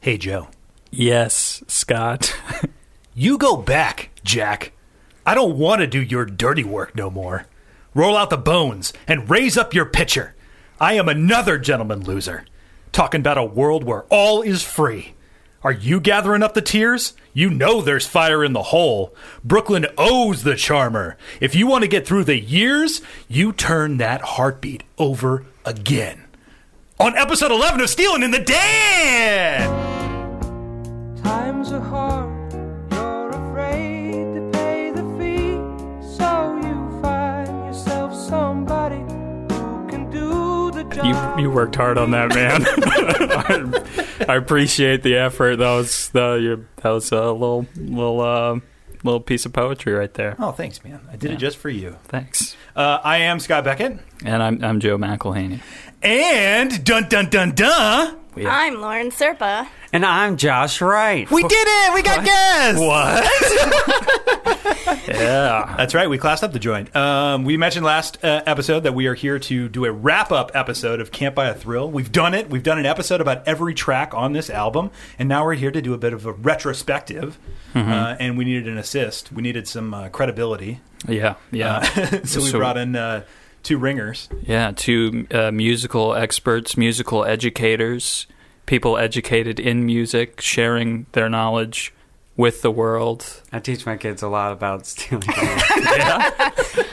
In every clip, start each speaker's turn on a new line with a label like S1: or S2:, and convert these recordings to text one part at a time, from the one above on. S1: Hey, Joe.
S2: Yes, Scott.
S1: You go back, Jack. I don't want to do your dirty work no more. Roll out the bones and raise up your pitcher. I am another gentleman loser. Talking about a world where all is free. Are you gathering up the tears? You know there's fire in the hole. Brooklyn owes the charmer. If you want to get through the years, you turn that heartbeat over again. On episode 11 of Stealing in the Dan!
S3: Times are hard, you're afraid to pay the fee. So you find yourself somebody who can do the
S2: You
S3: job.
S2: you worked hard on that, man. I, I appreciate the effort. That was that, you, that was a little little uh, little piece of poetry right there.
S1: Oh, thanks, man. I did it just for you.
S2: Thanks.
S1: Uh, I am Scott Beckett.
S2: And I'm I'm Joe McElhaney.
S1: And dun dun dun dun.
S4: I'm Lauren Serpa.
S5: And I'm Josh Wright.
S1: We did it! We got guests! What?
S2: Yeah.
S1: That's right, we classed up the joint. Um, we mentioned last uh, episode that we are here to do a wrap up episode of Can't Buy a Thrill. We've done it. We've done an episode about every track on this album, and now we're here to do a bit of a retrospective. Uh, and we needed an assist, we needed some uh, credibility.
S2: Yeah. Yeah.
S1: Uh. So we brought in uh, two ringers.
S2: Yeah, two uh, musical experts, musical educators, people educated in music, sharing their knowledge with the world.
S5: I teach my kids a lot about stealing.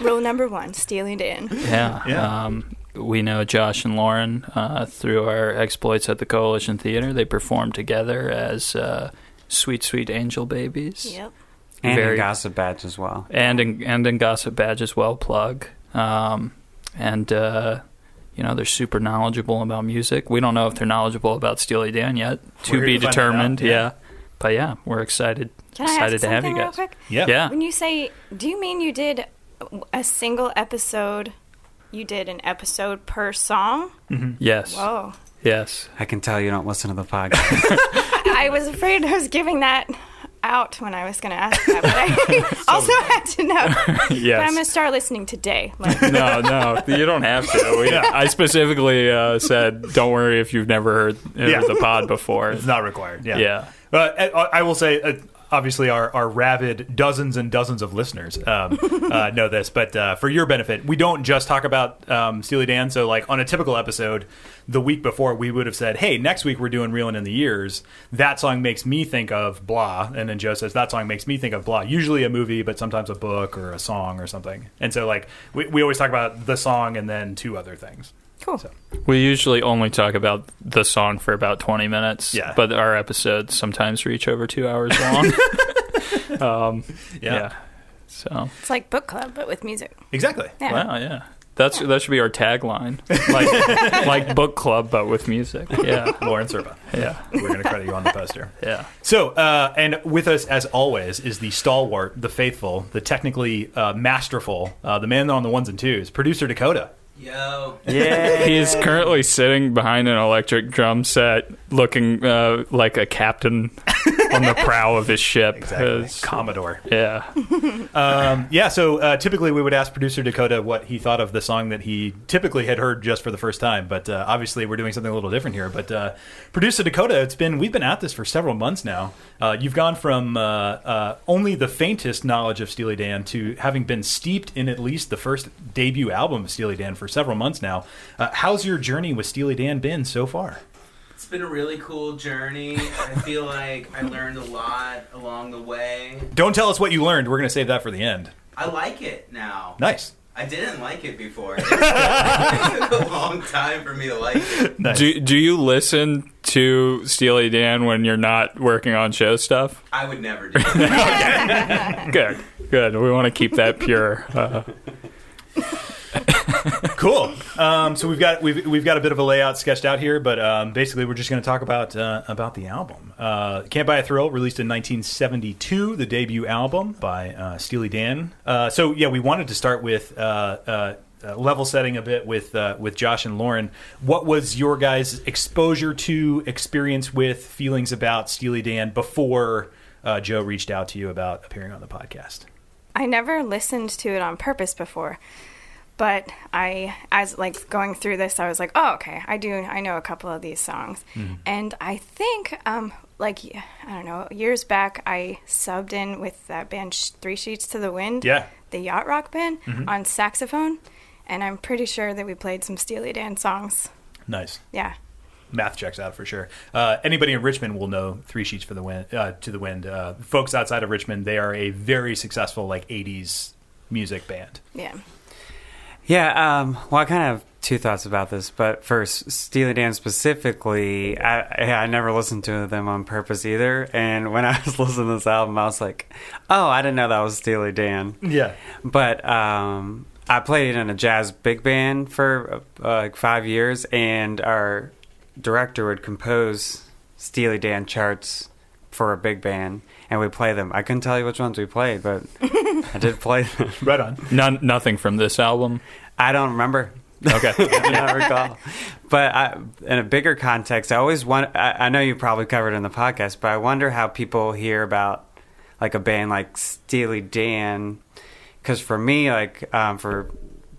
S4: Rule number one, stealing it in.
S2: Yeah.
S1: Yeah.
S2: Um, we know Josh and Lauren uh, through our exploits at the Coalition Theater. They performed together as uh, Sweet Sweet Angel Babies.
S4: Yep.
S5: and
S2: Very-
S5: in Gossip Badge as well.
S2: And in, and in Gossip Badge as well, plug. Um, and, uh, you know, they're super knowledgeable about music. We don't know if they're knowledgeable about Steely Dan yet. To
S1: We're
S2: be
S1: here to find that out,
S2: determined,
S1: yeah.
S2: yeah. But yeah, we're excited.
S4: Can I
S2: excited
S4: ask
S2: to have you
S4: something real
S2: guys.
S4: quick?
S1: Yeah.
S2: Yeah.
S4: When you say, do you mean you did a single episode? You did an episode per song?
S2: Yes.
S4: Whoa.
S2: Yes.
S5: I can tell you don't listen to the podcast.
S4: I was afraid I was giving that out when I was going to ask that, but I also had to know. But I'm going to
S2: Yes.
S4: start listening today. Like,
S2: no, no, you don't have to. We, I specifically uh, said, don't worry if you've never heard, heard
S1: Yeah.
S2: the pod before.
S1: It's not required. Yeah.
S2: Yeah.
S1: Uh, I, I will say, uh, obviously, our, our rabid dozens and dozens of listeners um, uh, know this, but uh, for your benefit, we don't just talk about um, Steely Dan. So, like on a typical episode, the week before, we would have said, "Hey, next week we're doing Reelin' in the Years." That song makes me think of blah, and then Joe says that song makes me think of blah. Usually a movie, but sometimes a book or a song or something. And so, like we, we always talk about the song and then two other things.
S4: cool.
S2: We usually only talk about the song for about 20 minutes.
S1: Yeah.
S2: But our episodes sometimes reach over two hours long. um, yeah. So,
S4: It's like book club, but with music.
S1: exactly.
S4: Yeah.
S2: wow, yeah. That's, That should be our tagline. Like, like book club, but with music. Yeah.
S1: Lauren Serpa.
S2: Yeah.
S1: We're going to credit you on the poster.
S2: Yeah.
S1: So, uh, and with us as always is the stalwart, the faithful, the technically uh, masterful, uh, the man on the ones and twos, producer Dakota.
S5: yeah.
S2: He is currently sitting behind an electric drum set, looking uh, like a captain on the prow of his ship. His-
S1: Commodore.
S2: yeah,
S1: Um, yeah, so uh, typically we would ask producer Dakota what he thought of the song that he typically had heard just for the first time, but uh, obviously we're doing something a little different here. But uh, producer Dakota, it's been we've been at this for several months now. Uh, you've gone from uh, uh, only the faintest knowledge of Steely Dan to having been steeped in at least the first debut album of Steely Dan for several months now. Uh, how's your journey with Steely Dan been so far?
S6: It's been a really cool journey. I feel like I learned a lot along the way.
S1: Don't tell us what you learned. We're going to save that for the end.
S6: I like it now.
S1: Nice.
S6: I didn't like it before. It took a long time for me to like it.
S1: nice.
S2: Do do you listen to Steely Dan when you're not working on show stuff?
S6: I would never do it.
S2: Good, good. We want to keep that pure. Uh,
S1: Cool. Um, so we've got we've we've got a bit of a layout sketched out here, but um, basically we're just going to talk about uh, about the album. Uh, Can't Buy a Thrill, released in 1972, the debut album by uh, Steely Dan. Uh, so yeah, we wanted to start with. Uh, uh, uh, level setting a bit with uh, with Josh and Lauren. What was your guys' exposure to, experience with, feelings about Steely Dan before uh, Joe reached out to you about appearing on the podcast?
S4: I never listened to it on purpose before, but I, as like going through this, I was like, oh, okay, I do, I know a couple of these songs, and I think, um, like I don't know, years back, I subbed in with that band Sh- Three Sheets to the Wind,
S1: Yeah.
S4: the yacht rock band on saxophone, and I'm pretty sure that we played some Steely Dan songs.
S1: Nice.
S4: Yeah,
S1: math checks out for sure. Uh, anybody in Richmond will know Three Sheets for the Wind uh, to the Wind. Uh, folks outside of Richmond, they are a very successful like '80s music band.
S4: yeah.
S5: Yeah, um, well, I kind of have two thoughts about this, but first, Steely Dan specifically, I, I- I never listened to them on purpose either. And when I was listening to this album, I was like, oh, I didn't know that was Steely Dan.
S1: Yeah,
S5: But um, I played in a jazz big band for uh, like five years, and our director would compose Steely Dan charts for a big band, and we play them. I couldn't tell you which ones we played, but I did play them.
S1: right on.
S2: None, nothing from this album.
S5: I don't remember.
S2: Okay.
S5: I don't recall. But I, in a bigger context, I always want. I, I know you probably covered it in the podcast, but I wonder how people hear about like a band like Steely Dan. Because for me, like um, for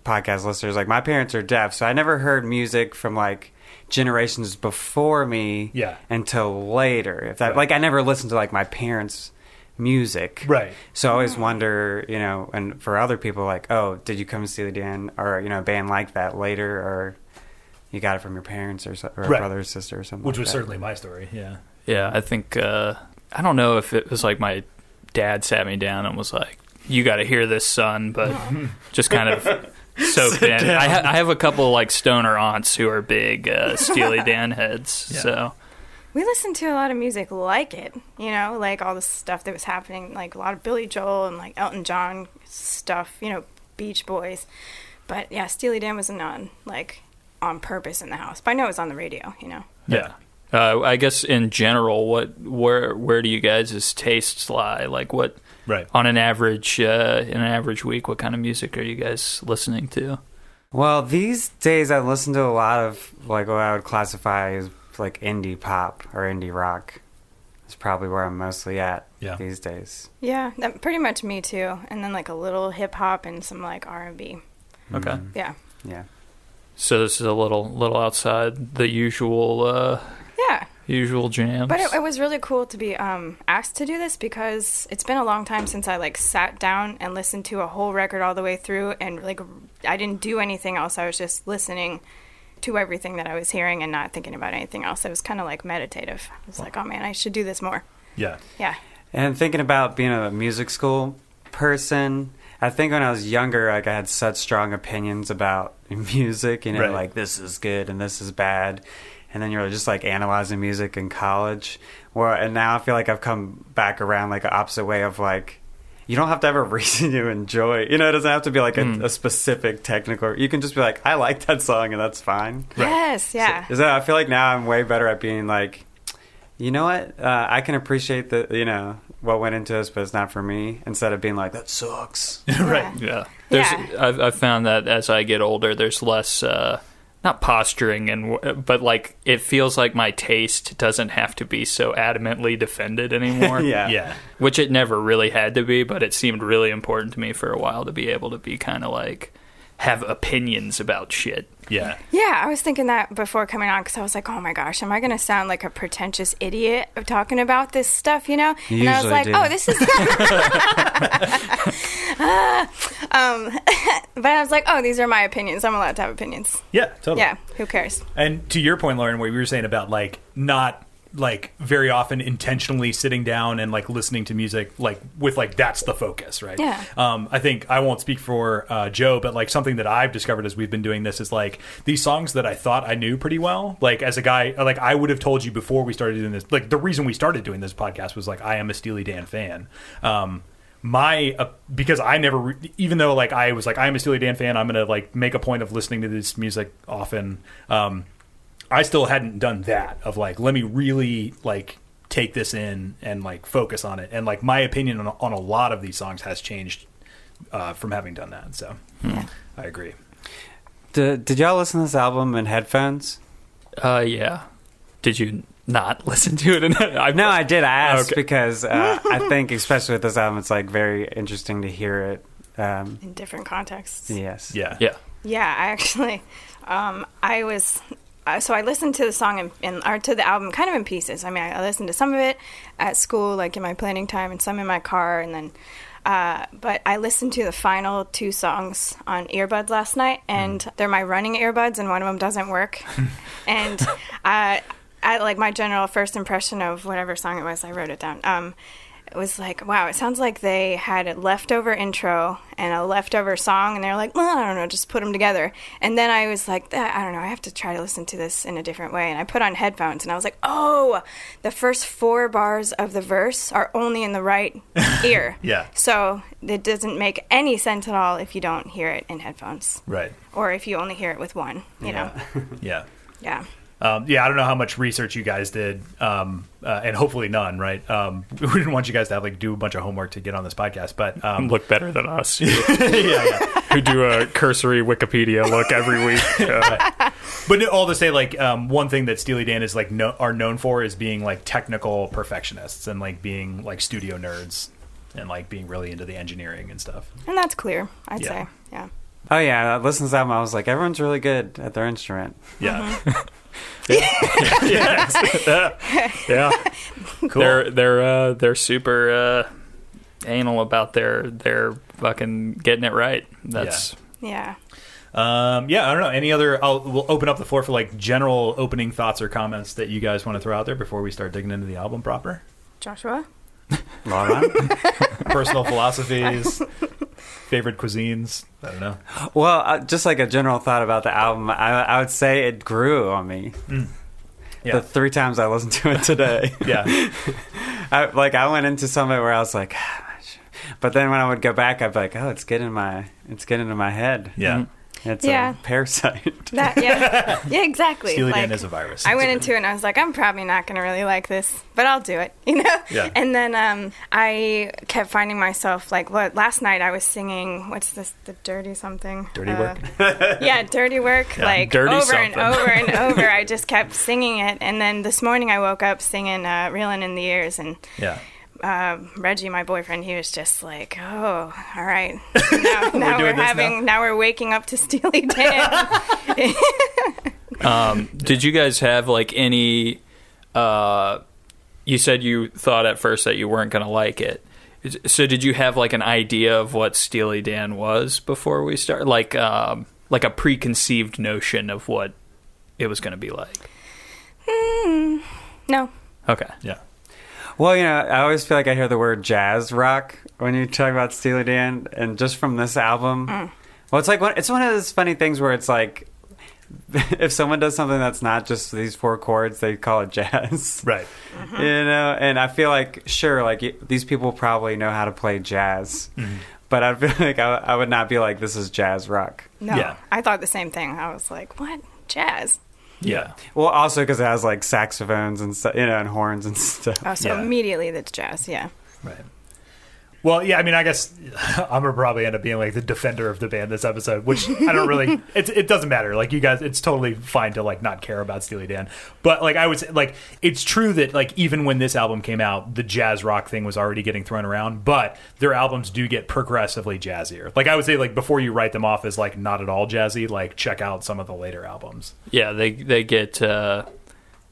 S5: podcast listeners, like my parents are deaf, so I never heard music from like generations before me.
S1: Yeah.
S5: Until later, if that
S1: Right.
S5: like I never listened to like my parents' music.
S1: Right.
S5: So I always wonder, you know, and for other people, like, oh, did you come to Steely Dan or you know a band like that later, or you got it from your parents or, so, or
S1: Right.
S5: brother or sister or something,
S1: Which
S5: like
S1: was
S5: that.
S1: certainly my story. Yeah,
S2: Yeah, I think uh, I don't know if it was like my dad sat me down and was like, "You got to hear this, son," but just kind of soaked in. I, ha- I have a couple like stoner aunts who are big uh, Steely Dan heads,
S1: Yeah.
S2: so
S4: we listened to a lot of music like it, you know, like all the stuff that was happening, like a lot of Billy Joel and like Elton John stuff, you know, Beach Boys. But yeah, Steely Dan was not like on purpose in the house, but I know it was on the radio, you know.
S1: yeah.
S2: uh, I guess in general, what where where do you guys' tastes lie? Like what
S1: Right.
S2: on an average uh, in an average week, what kind of music are you guys listening to?
S5: Well, these days I listen to a lot of like what I would classify as like indie pop or indie rock. It's probably where I'm mostly at
S1: Yeah.
S5: these days.
S4: Yeah, that pretty much me too. And then like a little hip hop and some like R and B.
S2: Okay,
S4: Yeah,
S5: Yeah.
S2: so this is a little little outside the usual uh,
S4: yeah.
S2: usual jams.
S4: But it, it was really cool to be um, asked to do this because it's been a long time since I like sat down and listened to a whole record all the way through, and like I didn't do anything else. I was just listening to everything that I was hearing and not thinking about anything else. It was kind of like meditative. I was like, oh man, I should do this more.
S1: Yeah.
S4: Yeah,
S5: And thinking about being a music school person, I think when I was younger, like I had such strong opinions about music, you know,
S1: Right.
S5: like this is good and this is bad. And then you're just like analyzing music in college. Well, and now I feel like I've come back around like an opposite way of like, you don't have to have a reason you enjoy. You know, it doesn't have to be like a, a specific technical. You can just be like, I like that song and that's fine.
S4: yes, yeah,
S5: Is that I feel like now I'm way better at being like, you know what? Uh, I can appreciate the you know what went into this, but it's not for me. Instead of being like that sucks.
S1: right.
S2: Yeah. There's,
S4: Yeah.
S2: I've, I've found that as I get older, there's less, uh, not posturing, and but like it feels like my taste doesn't have to be so adamantly defended anymore.
S5: yeah.
S1: Yeah.
S2: Which it never really had to be, but it seemed really important to me for a while to be able to be kind of like have opinions about shit.
S1: Yeah.
S4: yeah. I was thinking that before coming on because I was like, oh my gosh, am I going to sound like a pretentious idiot talking about this stuff? You know?
S5: You
S4: and I was
S5: usually
S4: like,
S5: do.
S4: oh, this is Ah, um, But I was like, oh, these are my opinions. I'm allowed to have opinions.
S1: Yeah. Totally.
S4: Yeah, who cares?
S1: And to your point, Lauren, what you were saying about like not like very often intentionally sitting down and like listening to music like with like that's the focus right
S4: Yeah.
S1: um i think i won't speak for uh joe but like something that i've discovered as we've been doing this is like these songs that i thought i knew pretty well like as a guy like i would have told you before we started doing this like the reason we started doing this podcast was like i am a steely dan fan um my uh, because I never re- even though like I was like I'm a Steely Dan fan I'm gonna like make a point of listening to this music often um I still hadn't done that of like let me really like take this in and like focus on it and like my opinion on, on a lot of these songs has changed uh, from having done that so I agree
S5: Did, did y'all listen to this album in headphones?
S2: Uh, yeah. Did you not listen to it? In- I've
S5: No, I did. I asked
S2: Okay.
S5: because uh, I think, especially with this album, it's like very interesting to hear it. Um,
S4: In different contexts.
S5: yes.
S1: yeah
S2: Yeah.
S4: Yeah, I actually, um, I was, uh, so I listened to the song in, in, or to the album kind of in pieces. I mean, I listened to some of it at school, like in my planning time, and some in my car, and then, uh, but I listened to the final two songs on earbuds last night, and they're my running earbuds, and one of them doesn't work, and I, I like my general first impression of whatever song it was. I wrote it down. Um, it was like, wow, it sounds like they had a leftover intro and a leftover song, and they're like, well, I don't know, just put them together. And then I was like, "Ah, I don't know, I have to try to listen to this in a different way. And I put on headphones, and I was like, oh, the first four bars of the verse are only in the right ear.
S1: Yeah.
S4: So it doesn't make any sense at all if you don't hear it in headphones,
S1: Right.
S4: or if you only hear it with one. You know.
S1: Yeah.
S4: Yeah.
S1: Um, yeah, I don't know how much research you guys did, um, uh, and hopefully none, right? Um, we didn't want you guys to have like do a bunch of homework to get on this podcast, but um,
S7: look better than us who do a cursory wikipedia look every week uh,
S1: But no- all to say, like um, one thing that Steely Dan is like no, are known for is being like technical perfectionists and like being like studio nerds and like being really into the engineering and stuff.
S4: And that's clear, I'd
S1: Yeah.
S4: say. Yeah.
S5: Oh yeah, listening to that, album, I was like, everyone's really good at their instrument.
S1: Yeah,
S4: Uh-huh.
S7: yeah
S1: cool.
S2: They're they're uh, they're super uh, anal about their their fucking getting it right. That's
S4: Yeah.
S1: um, yeah, I don't know. Any other? I'll we'll open up the floor for like general opening thoughts or comments that you guys want to throw out there before we start digging into the album proper.
S4: Joshua?
S5: Laura?
S1: Personal philosophies, favorite cuisines. I don't know.
S5: well, uh, just like a general thought about the album, I, I would say it grew on me.
S1: Mm. Yeah.
S5: The three times I listened to it today,
S1: Yeah,
S5: I, like I went into some of it where I was like, "Ah, sh-" but then when I would go back, I'd be like, oh, it's getting in my, it's getting into my head.
S1: yeah.
S5: It's
S4: Yeah.
S5: a parasite.
S4: That yeah. yeah, exactly.
S1: Steely Dan
S4: Like,
S1: is a virus.
S4: I went into it and I was like, I'm probably not going to really like this, but I'll do it, you know?
S1: Yeah.
S4: And then um, I kept finding myself like, what, last night I was singing, what's this, the dirty something?
S1: Dirty
S4: Uh,
S1: work.
S4: yeah, dirty work, like
S2: dirty
S4: over and
S2: something.
S4: over and over. I just kept singing it. And then this morning I woke up singing uh, Reelin' in the Ears and
S1: Yeah.
S4: um, Reggie, my boyfriend, he was just like, "Oh, all right, now, now we're,
S1: doing this
S4: having, now. we're waking up to Steely Dan."
S2: Did you guys have like any? Uh, you said you thought at first that you weren't going to like it. Is- So did you have like an idea of what Steely Dan was before we started? Like, um, like a preconceived notion of what it was going to be like.
S4: no,
S2: Okay.
S1: Yeah.
S5: Well, you know, I always feel like I hear the word jazz rock when you talk about Steely Dan, and just from this album,
S4: Mm.
S5: well, it's like one, it's one of those funny things where it's like if someone does something that's not just these four chords, they call it jazz,
S1: Right.
S5: Mm-hmm. you know. And I feel like sure, like y- these people probably know how to play jazz,
S2: Mm-hmm.
S5: but I feel like I, I would not be like this is jazz rock.
S4: no,
S1: Yeah.
S4: I thought the same thing. I was like, "What jazz?"
S1: Yeah.
S5: Well, also because it has like saxophones and stuff, you know, and horns and stuff.
S4: Oh, so
S1: Yeah.
S4: immediately that's jazz. Yeah,
S1: Right. Well, yeah, I mean, I guess I'm gonna probably end up being like the defender of the band this episode, which I don't really. It, it doesn't matter. Like you guys, it's totally fine to like not care about Steely Dan, but like I was like, it's true that like even when this album came out, the jazz rock thing was already getting thrown around, but their albums do get progressively jazzier. Like I would say, like before you write them off as like not at all jazzy, like check out some of the later albums.
S2: Yeah, they they get uh,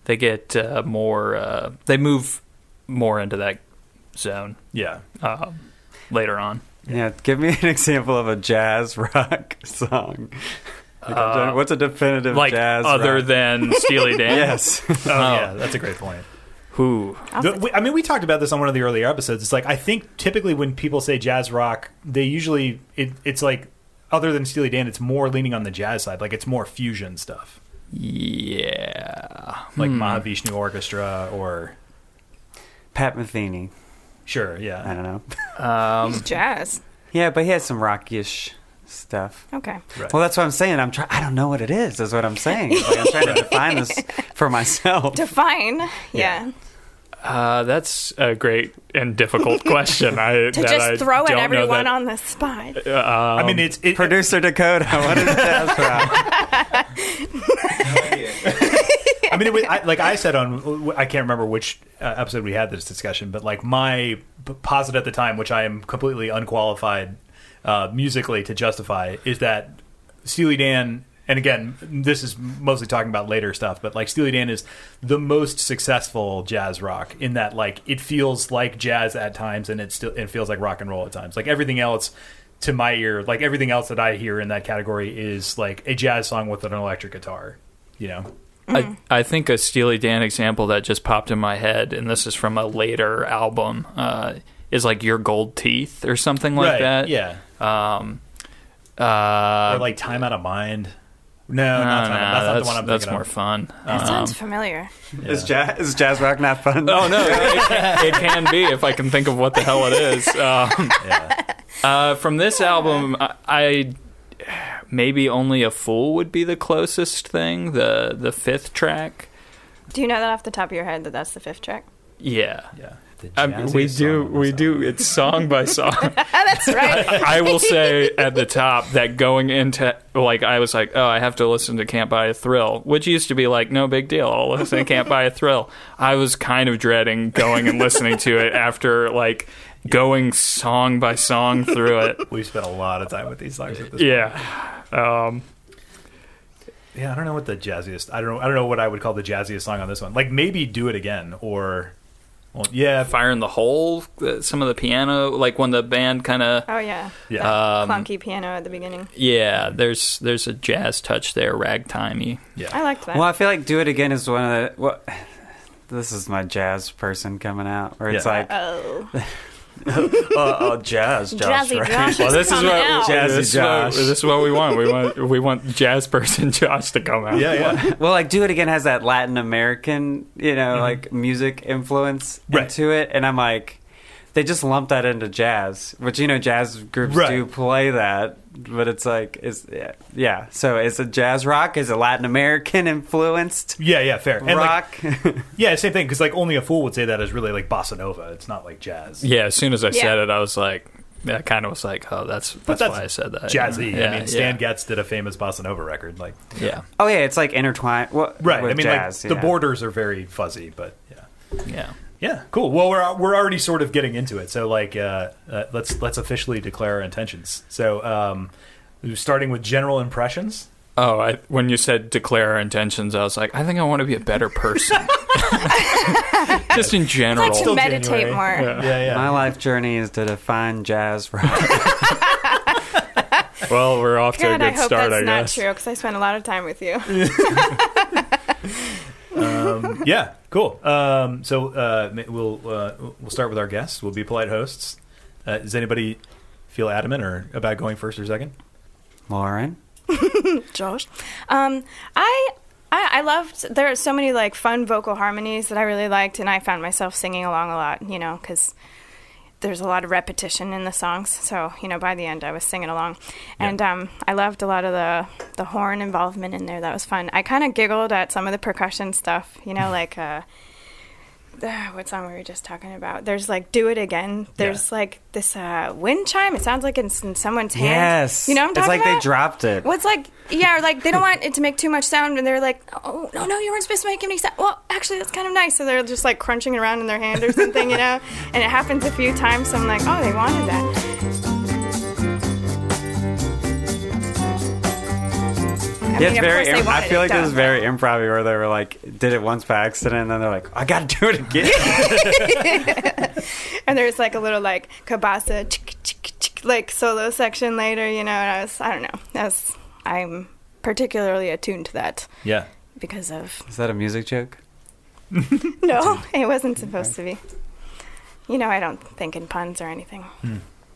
S2: they get uh, more. Uh, they move more into that zone
S1: Yeah,
S2: uh, later on.
S5: Yeah, give me an example of a jazz rock song. Like a gen- what's a definitive
S2: Uh, Like
S5: jazz
S2: other
S5: rock?
S2: than Steely Dan.
S5: yes?
S1: oh, yeah, that's a great point.
S2: Who?
S1: The- we- I mean, we talked about this on one of the earlier episodes. It's like I think typically when people say jazz rock, they usually it, it's like other than Steely Dan, it's more leaning on the jazz side. Like it's more fusion stuff,
S2: Yeah.
S1: like Mahavishnu Orchestra or
S5: Pat Metheny.
S1: sure,
S5: I
S1: yeah,
S5: don't know.
S4: it's jazz.
S5: Yeah, but he has some rockish stuff.
S4: Okay,
S1: right.
S5: Well, that's what I'm saying. I'm trying. I don't know what it is. Is what I'm saying. Like, I'm trying to define this for myself.
S4: define. Yeah,
S7: uh, that's a great and difficult question i
S4: to
S7: that
S4: just
S7: I
S4: throw
S7: don't
S4: it
S7: know
S4: everyone
S7: that-
S4: on the spot.
S1: I mean, it's it,
S5: Producer Dakota, what is jazz rock?
S1: I mean, it was, I, like I said on, I can't remember which uh, episode we had this discussion, but like my p- posit at the time, which I am completely unqualified uh, musically to justify, is that Steely Dan, and again, this is mostly talking about later stuff, but like Steely Dan is the most successful jazz rock in that like it feels like jazz at times, and it still it feels like rock and roll at times. Like everything else to my ear, like everything else that I hear in that category is like a jazz song with an electric guitar. You know,
S2: I, I think a Steely Dan example that just popped in my head, and this is from a later album, uh, is like Your Gold Teeth or something like
S1: right?
S2: that.
S1: Yeah,
S2: Uh,
S1: or like time out of mind. No,
S2: no,
S1: not
S2: no,
S1: time. out- that's not the
S2: that's,
S1: one I'm
S2: that's
S1: thinking
S2: more
S1: of.
S2: fun.
S4: That sounds familiar.
S5: Is, jazz, is jazz rock not fun?
S2: Oh no, it, can- it can be if I can think of what the hell it is. Um, uh, from this album, I, I maybe only a fool would be the closest thing. The the fifth track,
S4: Do you know that off the top of your head that that's the fifth track?
S2: yeah.
S1: Yeah.
S2: Um, we do, we do. It's song by song.
S4: Oh, That's right.
S2: I will say at the top that going into like I was like, oh, I have to listen to Can't Buy a Thrill, which used to be like no big deal. I'll listen to Can't Buy a Thrill. I was kind of dreading going and listening to it after like going song by song through it.
S1: We've spent a lot of time with these songs. At this
S2: Yeah, um,
S1: Yeah, I don't know what the jazziest. I don't. know I don't know what I would call the jazziest song on this one. Like maybe "Do It Again" or, well, yeah, if I-
S2: Fire in the Hole. uh, Some of the piano, like when the band kind of
S4: Oh yeah.
S1: yeah.
S4: That clunky piano at the beginning.
S2: yeah. There's there's a jazz touch there, ragtimey.
S4: I liked that.
S5: Well, I feel like "Do It Again" is one of the. Well, this is my jazz person coming out, where it's
S1: Yeah.
S5: like,
S4: oh,
S5: oh, oh, jazz, Josh,
S4: Jazzy
S5: right?
S4: Josh is
S2: this is
S4: coming
S2: what
S4: out.
S5: Jazzy
S2: this is what-
S5: Josh.
S2: this is what we want. We want we want jazz person Josh to come out.
S1: yeah, yeah.
S5: Well, like "Do It Again" has that Latin American, you know, like music influence
S1: Mm-hmm. Right.
S5: into it, and I'm like, they just lump that into jazz, which you know, jazz groups
S1: Right.
S5: do play that, but it's like, is yeah. So is it jazz rock? Is it Latin American influenced
S1: Yeah, yeah, fair. And like,
S5: rock?
S1: yeah, same thing. Because like only a fool would say that is really like bossa nova. It's not like jazz.
S2: Yeah, as soon as I said
S4: Yeah.
S2: it, I was like, I kind of was like, oh, that's that's,
S1: that's
S2: why I said that.
S1: Jazzy.
S2: Yeah,
S1: I mean, Stan Getz did a famous bossa nova record. Like,
S2: yeah, yeah,
S5: oh yeah, it's like intertwined. Well,
S1: right?
S5: With
S1: I mean,
S5: jazz,
S1: like the
S5: yeah.
S1: borders are very fuzzy, but yeah.
S2: yeah.
S1: Yeah, cool. Well, we're we're already sort of getting into it, so like, uh, uh, let's let's officially declare our intentions. So, um, starting with general impressions.
S2: Oh, I, when you said declare our intentions, I was like, I think I want to be a better person. Just in
S4: I
S2: general.
S4: like to
S1: Still
S4: meditate
S1: January.
S4: more.
S1: Yeah, yeah.
S5: My life journey is to define jazz rock.
S7: Well, we're off to a
S4: God, I
S7: good
S4: hope
S7: start,
S4: that's
S7: I
S4: not
S7: guess.
S4: true because I spent a lot of time with you.
S1: yeah, cool. Um, so uh, ma- we'll uh, we'll start with our guests. We'll be polite hosts. Uh, does anybody feel adamant or about going first or second?
S5: Lauren,
S4: Josh. Um, I, I I loved. There are so many like fun vocal harmonies that I really liked, and I found myself singing along a lot. You know, because there's a lot of repetition in the songs. So you know, by the end, I was singing along, and um, I loved a lot of the the horn involvement in there. That was fun. I kind of giggled at some of the percussion stuff. You know, like. Uh, uh, what song were we just talking about? There's like "Do It Again." There's like this uh, wind chime. It sounds like it's in someone's hand.
S5: yes,
S4: you know what I'm
S5: it's
S4: talking
S5: like
S4: about.
S5: they dropped it.
S4: Well, it's like yeah, or like they don't want it to make too much sound, and they're like, oh no, no, you weren't supposed to make any sound. Well, actually, that's kind of nice. So they're just like crunching around in their hand or something, you know. And it happens a few times. So I'm like, oh, they wanted that. I mean,
S5: Yeah, it's
S4: of
S5: very.
S4: course they
S5: Im- I
S4: wanted
S5: feel like
S4: done.
S5: it was very improv where they were like, did it once by accident, and then they're like, I gotta do it again.
S4: And there's like a little like kabasa chick, chick, chick, like solo section later, you know. And I was, I don't know, that's I'm particularly attuned to that
S1: Yeah.
S4: because of
S5: Is that a music joke?
S4: No, it wasn't supposed to be. You know, I don't think in puns or anything.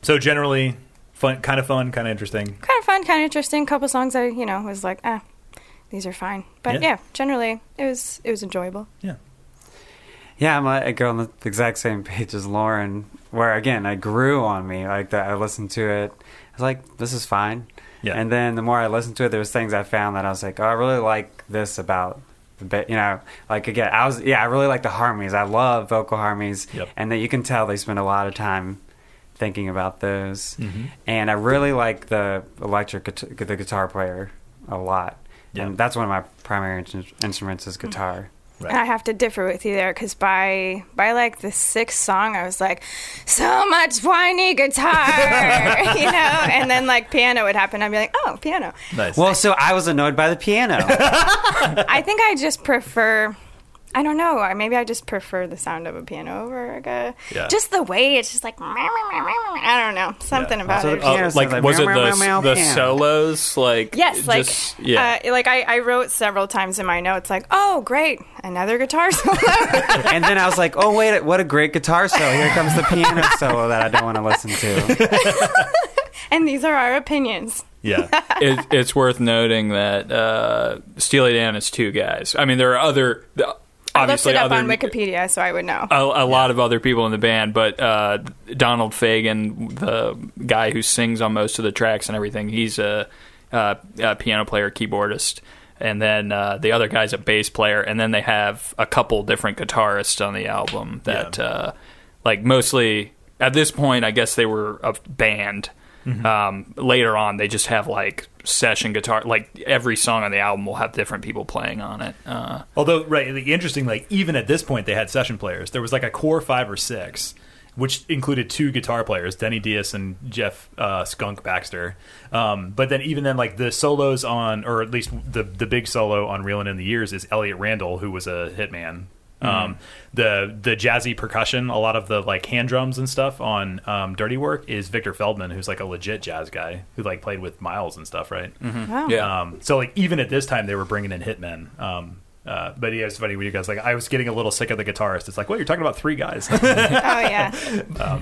S1: So generally, fun, kind of fun, kind of interesting.
S4: Kind of fun, kind of interesting. Couple songs I, you know, was like, ah, these are fine. But
S1: Yeah.
S4: yeah, generally, it was it was enjoyable.
S1: Yeah.
S5: Yeah, I'm like a girl on the exact same page as Lauren, where again, I grew on me. Like that, I listened to it. I was like, this is fine.
S1: Yeah.
S5: And then the more I listened to it, there was things I found that I was like, oh, I really like this about the bit. You know, like again, I was yeah, I really like the harmonies. I love vocal harmonies,
S1: Yep.
S5: and that you can tell they spend a lot of time thinking about those.
S1: Mm-hmm.
S5: And I really like the electric guit- the guitar player a lot,
S1: Yeah.
S5: and that's one of my primary in- instruments is guitar.
S4: And I have to differ with you there because by by like the sixth song, I was like, so much whiny guitar, you know. And then like piano would happen, I'd be like, oh, piano.
S1: Nice.
S5: Well, so I was annoyed by the piano.
S4: I think I just prefer. I don't know. I- Maybe I just prefer the sound of a piano over like a.
S1: Yeah.
S4: Just the way it's just like. I don't know. Something about
S5: So uh, the
S4: it.
S5: piano
S4: just-
S5: sounds
S2: Oh, like was it
S5: meow, meow,
S2: the
S5: meow,
S2: the
S5: meow.
S2: solos like
S4: Yes, like
S2: just- yeah
S4: uh, like I, I wrote several times in my notes, like, oh great, another guitar solo.
S5: And then I was like, oh, wait, what a great guitar solo. Here comes the piano solo that I don't want to listen to.
S4: and these are our opinions.
S1: yeah.
S4: uh,
S2: it, it's worth noting that uh, Steely Dan is two guys I mean there are other obviously
S4: I looked it up
S2: other
S4: on Wikipedia, so I would know. Oh,
S2: a, a lot of other people in the band, but uh, Donald Fagen, the guy who sings on most of the tracks and everything, he's a, uh a piano player, keyboardist, and then uh, the other guy's a bass player, and then they have a couple different guitarists on the album that, uh, like, mostly at this point, I guess they were a band. Um, later on, they just have like session guitar. Like every song on the album will have different people playing on it. Uh,
S1: Although, right, the interesting, like even at this point, they had session players. There was like a core five or six, which included two guitar players, Denny Diaz and Jeff uh, Skunk Baxter. Um, but then, even then, like the solos on, or at least the the big solo on "Reeling in the Years" is Elliot Randall, who was a hitman. Um, the the jazzy percussion, a lot of the like hand drums and stuff on um, "Dirty Work" is Victor Feldman, who's like a legit jazz guy who like played with Miles and stuff, right?
S4: Wow.
S2: yeah,
S1: Um, so like even at this time they were bringing in hitmen. Um, uh, but yeah, it's funny when you guys like I was getting a little sick of the guitarist. It's like, well, you're talking about three guys,
S4: Oh yeah.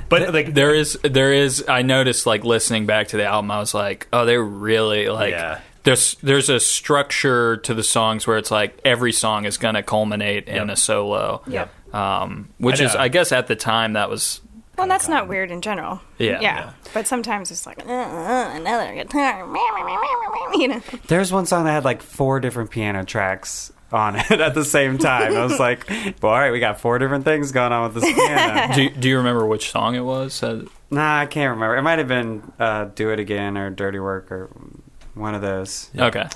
S1: but like
S2: there is there is i noticed like listening back to the album i was like oh they're really like
S1: Yeah.
S2: there's there's a structure to the songs where it's like every song is going to culminate in
S1: Yep.
S2: a solo
S4: Yep.
S2: um which
S1: I
S2: is
S1: know.
S2: i guess at the time that was
S4: Well, that's not weird in general.
S2: Yeah.
S4: Yeah.
S2: Yeah.
S4: But sometimes it's like uh, uh, another guitar, you know.
S5: There's one song that had like four different piano tracks on it at the same time. I was like, well, all right, we got four different things going on with this piano.
S2: do, do you remember which song it was Uh,
S5: Nah, I can't remember. It might have been uh, "Do It Again" or "Dirty Work" or one of those.
S2: okay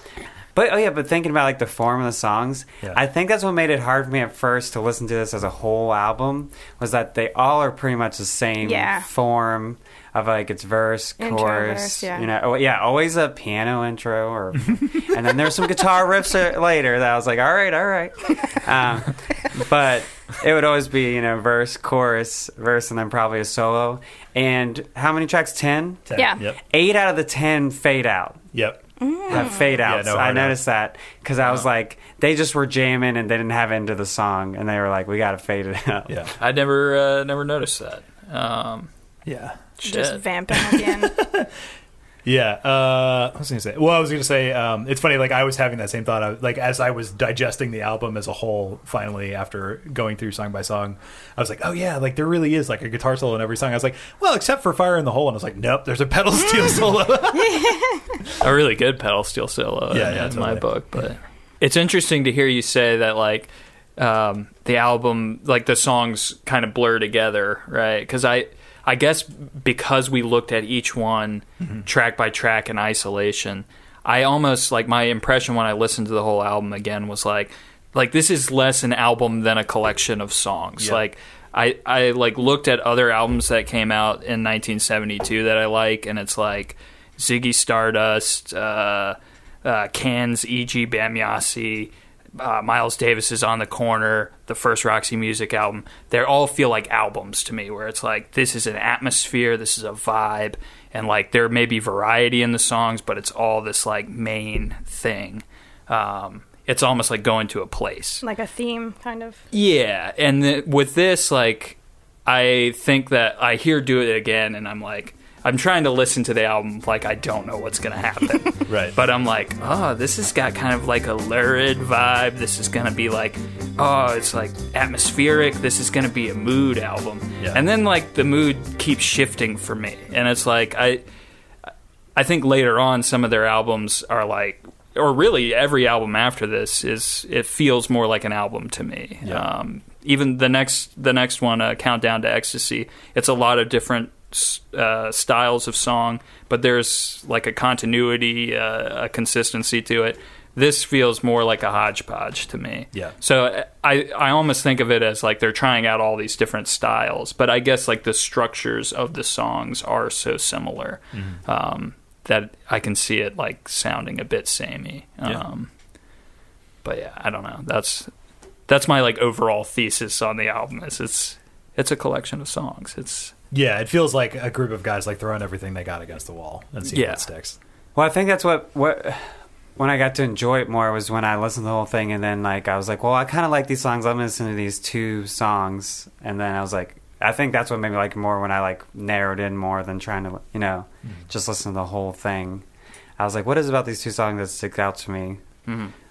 S5: But oh yeah, but thinking about like the form of the songs,
S1: Yeah.
S5: I think that's what made it hard for me at first to listen to this as a whole album was that they all are pretty much the same
S4: Yeah.
S5: form of like its verse,
S4: Intro,
S5: chorus,
S4: verse, yeah.
S5: you know, oh, yeah, always a piano intro or, and then there's some guitar riffs a- later that I was like, all right, all right, um, but it would always be you know verse, chorus, verse, and then probably a solo. And how many tracks? Ten.
S4: Yeah.
S1: yep,
S5: Eight out of the ten fade out
S1: yep.
S5: have fade outs.
S1: Yeah, no, I
S5: I
S1: know.
S5: noticed that because I was like, they just were jamming and they didn't have into the song, and they were like, we got to fade it out.
S1: Yeah.
S2: i never uh, never noticed that um
S1: yeah.
S4: Just
S2: shit.
S4: vamping again.
S1: Yeah, uh, I was I gonna say. Well, I was gonna say um, it's funny. Like I was having that same thought. I, like as I was digesting the album as a whole, finally after going through song by song, I was like, oh yeah, like there really is like a guitar solo in every song. I was like, well, except for Fire in the Hole, and I was like, nope, there's a pedal steel solo.
S2: a really good pedal steel solo
S1: Yeah,
S2: in,
S1: yeah,
S2: in
S1: totally.
S2: my book but it's interesting to hear you say that like um, the album like the songs kind of blur together right because i i guess because we looked at each one track by track in isolation i almost like my impression when i listened to the whole album again was like like this is less an album than a collection of songs
S1: Yeah.
S2: like I, I like looked at other albums that came out in 1972 that I like, and it's like Ziggy Stardust, uh, uh, Cans, E.G. Bamyasi, uh, Miles Davis is on the corner, the first Roxy Music album. They all feel like albums to me, where it's like this is an atmosphere, this is a vibe, and like there may be variety in the songs, but it's all this like main thing. Um, it's almost like going to a place.
S4: like a theme kind of.
S2: Yeah, and th- with this, like, I think that I hear "Do It Again," and I'm like, I'm trying to listen to the album like I don't know what's gonna happen,
S1: Right.
S2: But I'm like, oh, this has got kind of like a lurid vibe. This is gonna be like, oh, it's like atmospheric. This is gonna be a mood album,
S1: Yeah.
S2: and then like the mood keeps shifting for me, and it's like I. I think later on some of their albums are like or really every album after this is it feels more like an album to me. Um, even the next the next one uh, Countdown to Ecstasy, it's a lot of different s- uh, styles of song, but there's like a continuity, uh, a consistency to it. This feels more like a hodgepodge to me.
S1: Yeah.
S2: So I I almost think of it as like they're trying out all these different styles, but I guess like the structures of the songs are so similar um, that I can see it like sounding a bit samey.
S1: Yeah.
S2: Um, but yeah, I don't know. That's that's my like overall thesis on the album is it's it's a collection of songs. It's
S1: Yeah, it feels like a group of guys like throwing everything they got against the wall and seeing
S2: Yeah.
S1: what sticks.
S5: Well, I think that's what what when I got to enjoy it more was when I listened to the whole thing, and then like I was like, well, I kind of like these songs. I'm listening to these two songs, and then I was like, I think that's what made me like it more when I like narrowed in more than trying to you know just listen to the whole thing. I was like, what is it about these two songs that sticks out to me?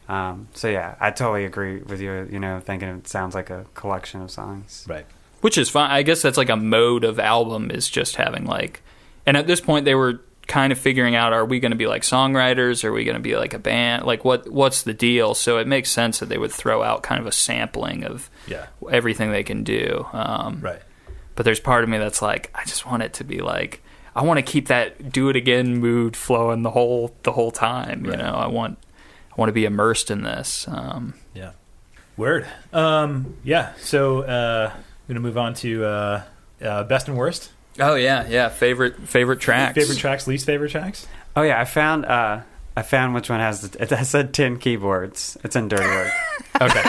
S5: Um, so yeah, I totally agree with you. You know, thinking it sounds like a collection of songs.
S1: Right.
S2: which is fine. I guess that's like a mode of album is just having like, and at this point they were kind of figuring out are we going to be like songwriters? Are we going to be like a band? Like what what's the deal? So it makes sense that they would throw out kind of a sampling of
S1: Yeah.
S2: everything they can do. Um,
S1: Right.
S2: But there's part of me that's like I just want it to be like I want to keep that do it again mood flowing the whole the whole time. You
S1: Right.
S2: know I want I want to be immersed in this. Um,
S1: Yeah. Word. Um, yeah. So uh, gonna move on to uh, uh, best and worst
S2: oh yeah, yeah. Favorite favorite tracks.
S1: favorite tracks, least favorite tracks.
S5: Oh yeah, I found uh, I found which one has the. It I said ten keyboards. It's in dirty work.
S1: Okay.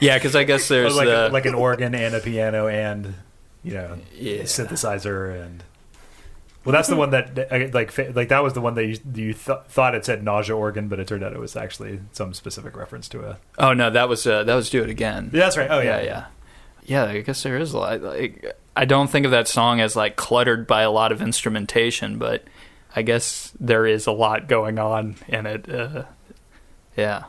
S2: Yeah, because I guess there's
S1: like,
S2: the
S1: like an organ and a piano and you know
S2: Yeah.
S1: synthesizer and well that's the one that uh, like fa- like that was the one that you, you th- thought it said nausea organ but it turned out it was actually some specific reference to a
S2: Oh no, that was uh, that was do it again.
S1: yeah that's right oh yeah
S2: yeah, yeah, yeah. I guess there is a lot. Like, I don't think of that song as like cluttered by a lot of instrumentation, but I guess there is a lot going on in it. Uh, yeah,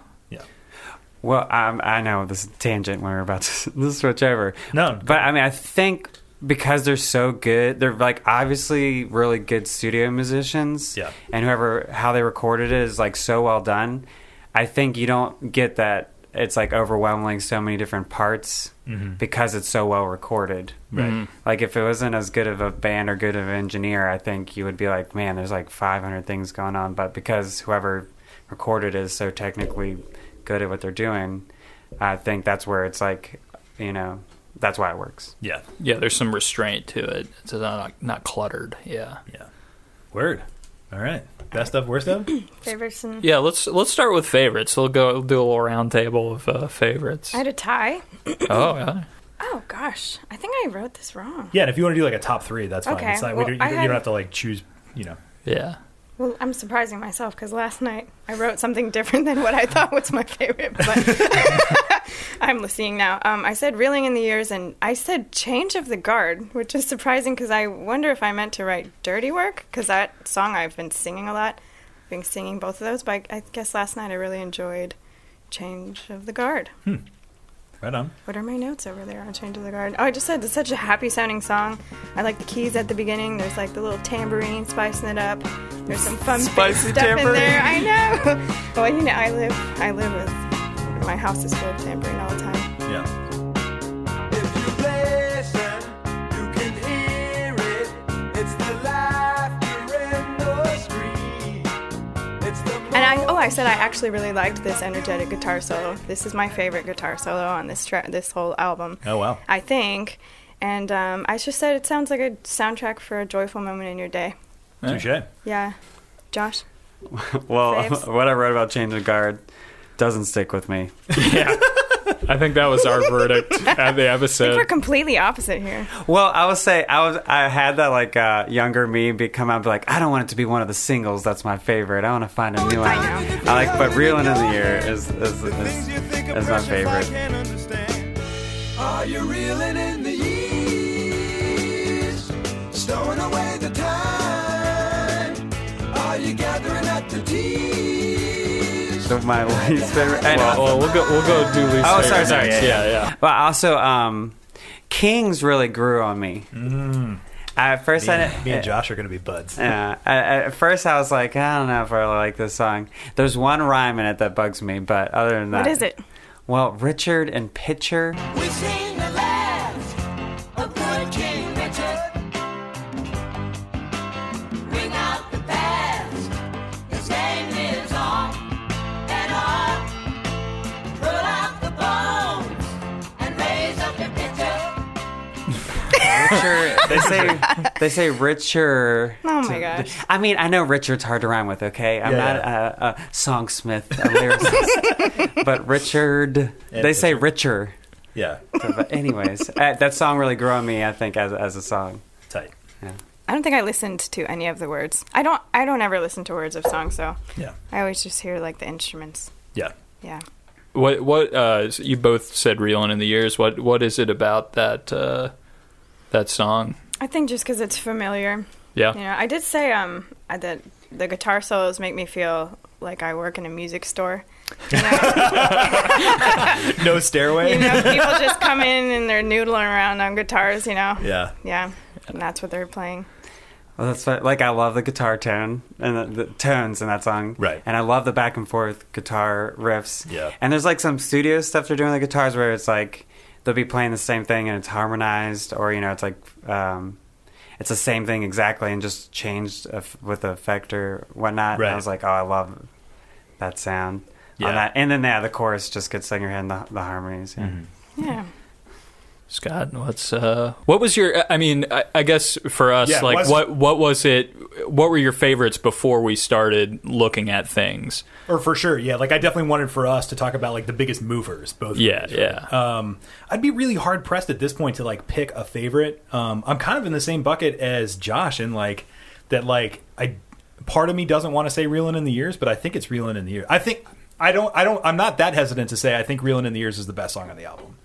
S5: Well, um, I know this is a tangent when we're about to switch over.
S1: No.
S5: But I mean, I think because they're so good, they're like obviously really good studio musicians.
S1: Yeah.
S5: And whoever, how they recorded it is like so well done. I think you don't get that it's like overwhelming so many different parts because it's so well recorded.
S1: Right.
S5: Like if it wasn't as good of a band or good of an engineer, I think you would be like, man, there's like 500 things going on. But because whoever recorded is so technically good at what they're doing, I think that's where it's like, you know, that's why it works.
S1: yeah
S2: yeah. There's some restraint to it. It's not not cluttered. Yeah,
S1: yeah word all right best of worst of
S4: Favorites and
S2: yeah. Let's let's start with favorites. We'll go do a little round table of uh, favorites.
S4: I had a tie.
S2: oh yeah.
S4: Oh gosh, I think I wrote this wrong.
S1: yeah and if you want to do like a top three that's fine
S4: Okay,
S1: it's not,
S4: well,
S1: we don't, you,
S4: I
S1: don't- you
S4: had-
S1: don't have to like choose you know
S2: Yeah,
S4: Well, I'm surprising myself because last night I wrote something different than what I thought was my favorite, but I'm listening now. Um, I said Reeling in the Years and I said Change of the Guard, which is surprising because I wonder if I meant to write Dirty Work because that song I've been singing a lot. I've been singing both of those, but I I guess last night I really enjoyed Change of the Guard.
S1: right on
S4: What are my notes over there on Change of the Guard? Oh, I just said it's such a happy sounding song. I like the keys at the beginning. There's like the little tambourine spicing it up. There's some fun
S5: Spicy
S4: bass stuff in
S5: tambourine.
S4: there. I know. Well, you know, I live, I live with my house is full of tambourine all the time.
S1: yeah
S3: If you listen, you can hear it. It's the laughter in the street. It's the
S4: And I, oh, I said I actually really liked this energetic guitar solo. This is my favorite guitar solo on this tra- this whole album.
S1: oh wow
S4: I think. And um, I just said it sounds like a soundtrack for a joyful moment in your day.
S1: touche
S4: Yeah, Josh.
S5: Well,
S4: Faves.
S5: what I wrote about changing guard doesn't stick with me.
S7: Yeah. I think that was our verdict at the
S5: Uh,
S7: episode.
S4: We're completely opposite here.
S5: Well, I will say I was I had that like uh, younger me be come out and be like I don't want it to be one of the singles that's my favorite. I want to find a new one.
S4: know.
S5: I like but reeling in the year is is, is, is my favorite.
S3: Are you reeling in the years? Stowing away the time? Are you gathering up the tears?
S5: So my least favorite. and-
S7: well, Oh, well, we'll go. We'll go do least
S5: Oh,
S7: favorite
S5: sorry, sorry,
S7: next.
S5: yeah,
S7: Yeah, yeah.
S5: But also, um, Kings really grew on me. At first, I didn't.
S1: me and josh are gonna be buds
S5: Yeah. At, at first, I was like, I don't know if I like this song. There's one rhyme in it that bugs me, but other than that,
S4: What is it?
S5: Well, Richard and Pitcher.
S3: We sing the last of good King Richard. Bring out the past. His name lives on and on.
S5: richer. They say they say richer.
S4: Oh my gosh.
S5: I mean, I know Richard's hard to rhyme with. Okay, I'm
S1: Yeah,
S5: not
S1: yeah.
S5: A, a songsmith, a lyricist, but Richard. they say richer.
S1: Yeah,
S5: But anyways, uh, that song really grew on me. I think as as a song.
S1: tight.
S4: I don't think I listened to any of the words. I don't. I don't ever listen to words of songs, so
S1: Yeah,
S4: I always just hear like the instruments.
S1: yeah.
S4: Yeah.
S2: What what uh, you both said reeling in the years. What what is it about that uh, that song?
S4: I think just because it's familiar.
S2: Yeah.
S4: You know, I did say um I- that the guitar solos make me feel like I work in a music store. You know,
S1: No stairway.
S4: You know, people just come in and they're noodling around on guitars. You know.
S1: Yeah,
S4: Yeah. And that's what they're playing.
S5: Well, Oh, that's what, like I love the guitar tone and the, the tones in that song,
S1: Right.
S5: And I love the back and forth guitar riffs,
S1: Yeah.
S5: And there's like some studio stuff they're doing with the guitars where it's like they'll be playing the same thing and it's harmonized, or you know, it's like um, it's the same thing exactly and just changed eff- with the effect or whatnot. And
S1: Right.
S5: I was like, oh, I love that sound
S1: Yeah.
S5: on that. And then yeah, the chorus just gets in your head, and the, the harmonies. Yeah.
S1: Mm-hmm.
S4: Yeah.
S2: Scott, what's uh, what was your? I mean, I, I guess for us,
S1: Yeah,
S2: like
S1: what's-
S2: what what was it? What were your favorites before we started looking at things?
S1: or for sure. Yeah, like I definitely wanted for us to talk about like the biggest movers. Both.
S2: Yeah,
S1: movies,
S2: yeah.
S1: Um, I'd be really hard pressed at this point to like pick a favorite. Um, I'm kind of in the same bucket as Josh, and like that, like I part of me doesn't want to say reeling in the years, but I think it's reeling in the years. I think I don't, I don't, I'm not that hesitant to say I think reeling in the years is the best song on the album.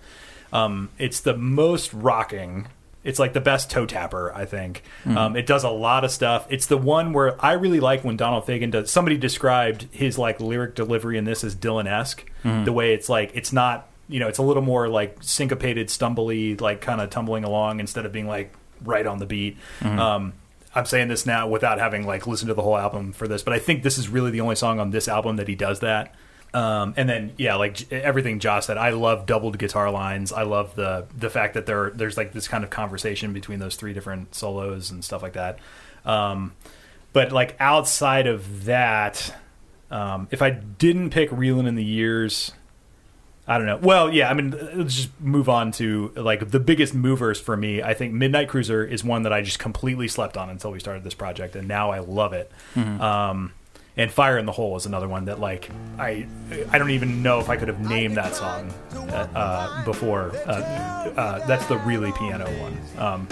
S1: Um, it's the most rocking. It's like the best toe tapper, I think. Um, it does a lot of stuff. It's the one where I really like when Donald Fagen does. Somebody described his like lyric delivery in this as Dylan esque. The way it's like it's not you know it's a little more like syncopated, stumbly, like kind of tumbling along instead of being like right on the beat. Um, I'm saying this now without having like listened to the whole album for this, but I think this is really the only song on this album that he does that. Um, and then yeah, like j- everything Josh said, I love doubled guitar lines. I love the the fact that there there's like this kind of conversation between those three different solos and stuff like that. Um, but like outside of that, um, if I didn't pick Reelin' in the Years, I don't know. Well, yeah, I mean, let's just move on to like the biggest movers for me. I think Midnight Cruiser is one that I just completely slept on until we started this project, and now I love it.
S2: Mm-hmm.
S1: Um, and Fire in the Hole is another one that like I I don't even know if I could have named that song uh, uh, before. Uh, uh, that's the really piano one. Um,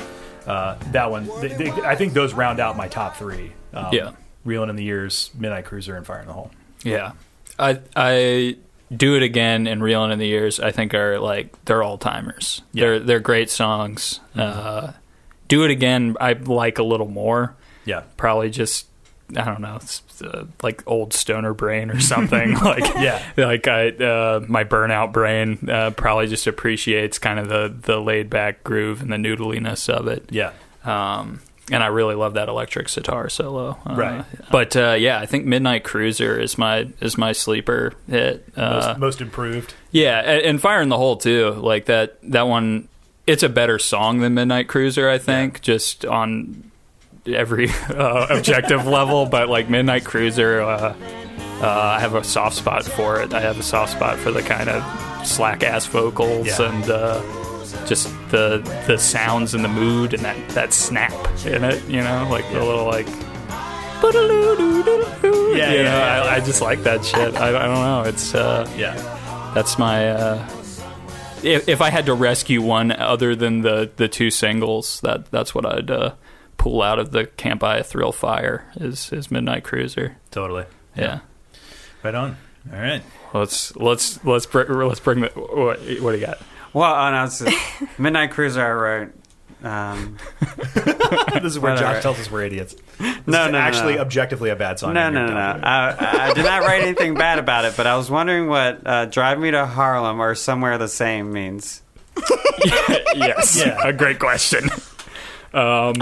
S1: uh, that one, they, they, I think those round out my top three. Um,
S2: Yeah.
S1: Reeling in the Years, Midnight Cruiser, and Fire in the Hole.
S2: Yeah, I I do it again and reeling in the years. I think are like they're all timers. They're they're great songs. Uh, do it again. I like a little more.
S1: Yeah.
S2: Probably just I don't know, it's, uh, like old stoner brain or something. like
S1: Yeah.
S2: like I uh, my burnout brain uh, probably just appreciates kind of the the laid back groove and the noodliness of it.
S1: Yeah.
S2: Um, and I really love that electric sitar solo. Uh,
S1: Right.
S2: But uh, yeah, I think Midnight Cruiser is my is my sleeper hit.
S1: Most,
S2: Uh,
S1: most improved.
S2: yeah, and, and Fire in the Hole too. Like that that one, it's a better song than Midnight Cruiser. I think just on every uh, objective level, but like Midnight Cruiser, uh, uh, I have a soft spot for it. I have a soft spot for the kind of slack ass vocals
S1: Yeah.
S2: and. Uh, just the the sounds and the mood and that, that snap in it, you know, like the little like.
S1: Yeah,
S2: you
S1: yeah,
S2: know,
S1: yeah,
S2: I,
S1: yeah.
S2: I just like that shit. I, I don't know. It's uh,
S1: Yeah.
S2: that's my. Uh, if, if I had to rescue one other than the, the two singles, that that's what I'd uh, pull out of the Camp I Thrill Fire is is Midnight Cruiser.
S1: Totally.
S2: Yeah.
S1: Right on. All right.
S2: Let's let's let's br- let's bring the what, what do you got?
S5: Well, oh, and I was Midnight Cruiser. I wrote. Um,
S1: this is where
S5: Right,
S1: Josh
S5: right.
S1: tells us we're idiots. This
S5: No,
S1: is
S5: no, no,
S1: actually
S5: no.
S1: objectively a bad song.
S5: No,
S1: and you're
S5: no, no,
S1: done
S5: no.
S1: with it.
S5: I, I did not write anything bad about it, but I was wondering what uh, "drive me to Harlem" or "somewhere the same" means.
S2: yes.
S1: Yeah.
S2: A great question. Um,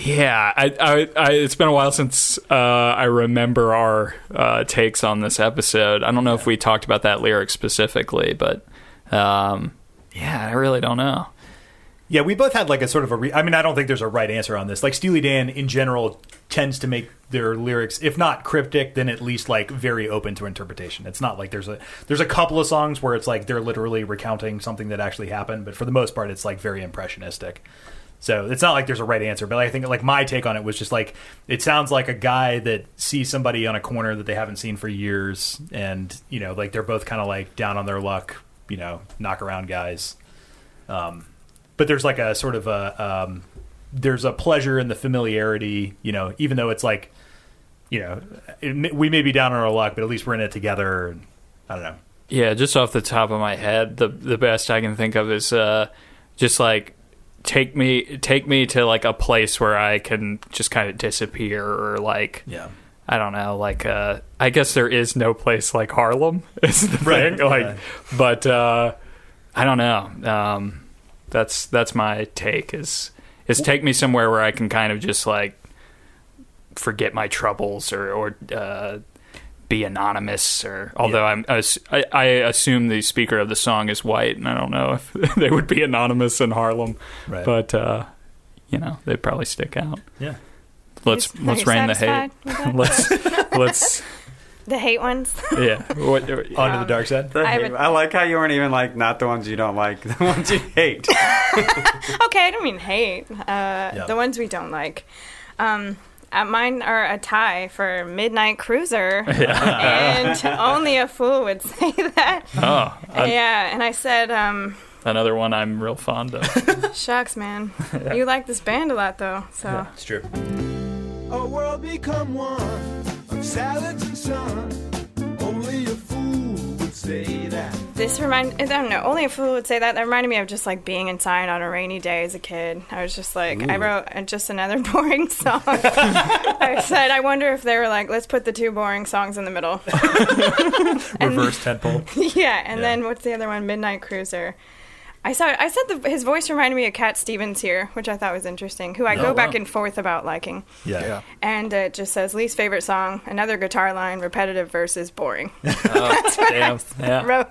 S2: yeah, I, I, I, it's been a while since uh, I remember our uh, takes on this episode. I don't know if we talked about that lyric specifically, but um, yeah, I really don't know.
S1: Yeah, we both had like a sort of a. Re- I mean, I don't think there's a right answer on this. Like Steely Dan in general tends to make their lyrics, if not cryptic, then at least like very open to interpretation. It's not like there's a there's a couple of songs where it's like they're literally recounting something that actually happened, but for the most part, it's like very impressionistic. So it's not like there's a right answer, but I think like my take on it was just like it sounds like a guy that sees somebody on a corner that they haven't seen for years, and you know, like they're both kind of like down on their luck, you know, knock around guys but there's like a sort of a um, there's a pleasure in the familiarity you know even though it's like you know it, may- we may be down on our luck but at least we're in it together and i don't know
S2: Yeah, just off the top of my head, the the best I can think of is uh, just like take me take me to like a place where I can just kind of disappear or like
S1: yeah
S2: I don't know, like uh, I guess there is no place like Harlem is the
S1: Right,
S2: thing, like,
S1: yeah.
S2: but uh, I don't know. Um, that's that's my take is is take me somewhere where I can kind of just like forget my troubles or or uh, be anonymous or although I'm I, s- I- I assume the speaker of the song is white and I don't know if they would be anonymous in Harlem,
S1: Right.
S2: but uh, you know they would probably stick out.
S1: yeah
S2: Let's
S4: Are you- are
S2: let's
S4: you
S2: rain the hate.
S4: satisfied with
S2: Let's
S4: that?
S2: let's
S4: The hate ones.
S2: yeah. What, uh,
S1: onto the dark side
S5: The
S4: I
S5: hate-
S4: would-
S5: I like how you weren't even like not the ones you don't like, the ones you hate.
S4: okay, I don't mean hate. Uh, The ones we don't like. Um, uh, mine are a tie for Midnight Cruiser, and only a fool would say that.
S2: oh, I-
S4: yeah, and I said, um,
S2: another one I'm real fond of.
S4: "Shucks, man, you like this band a lot, though." So
S1: it's true
S8: a world become one of salads and sun. Only a fool would say that.
S4: this remind I don't know, only a fool would say that. That reminded me of just like being inside on a rainy day as a kid. I was just like, I wrote uh, just another boring song. I said, I wonder if they were like, let's put the two boring songs in the middle.
S1: reverse tentpole
S4: Yeah, and then what's the other one? Midnight Cruiser. I saw. I said the, his voice reminded me of Cat Stevens here, which I thought was interesting. Who I go back and forth about liking.
S1: yeah,
S4: And it just says least favorite song, another guitar line, repetitive verses, boring.
S2: Damn, yeah.
S4: Wrote.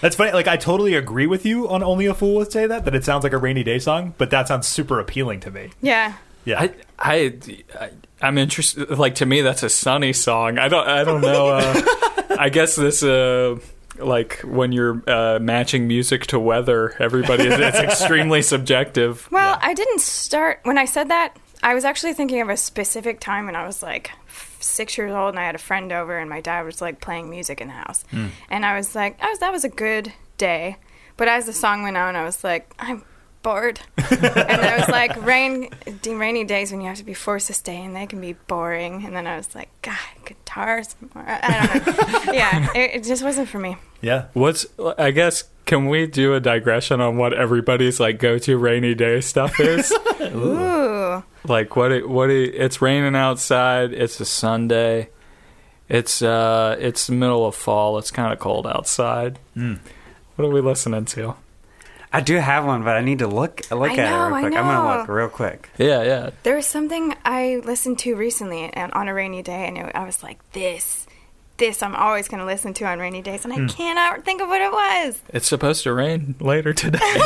S1: that's funny like i totally agree with you on only a fool would say that that it sounds like a rainy day song but that sounds super appealing to me
S4: Yeah.
S1: yeah
S2: I, I, I, I'm interested. Like to me, that's a sunny song. I don't, I don't know. Uh, I guess this, uh, like when you're uh, matching music to weather, everybody is it's extremely subjective.
S4: Well, I didn't start when I said that. I was actually thinking of a specific time when I was like f- six years old, and I had a friend over, and my dad was like playing music in the house, and I was like, I was, "That was a good day," but as the song went on, I was like, "I'm bored," and I was like, "Rain, d- rainy days when you have to be forced to stay, and they can be boring." And then I was like, "God, guitars, more." I don't know. yeah, it, it just wasn't for me.
S1: yeah
S2: What's I guess can we do a digression on what everybody's like go-to rainy day stuff is?
S4: Ooh,
S2: like what it what it, it's raining outside it's a sunday it's uh it's the middle of fall it's kind of cold outside what are we listening to
S5: I do have one, but I need to look look
S4: I
S5: at it
S4: know,
S5: real
S4: I
S5: quick. I'm gonna
S4: know.
S5: look real quick.
S2: yeah yeah
S4: There was something I listened to recently and on a rainy day, and it, I was like, this, this I'm always going to listen to on rainy days, and
S1: Hmm.
S4: I cannot think of what it was.
S2: it's supposed to rain later today you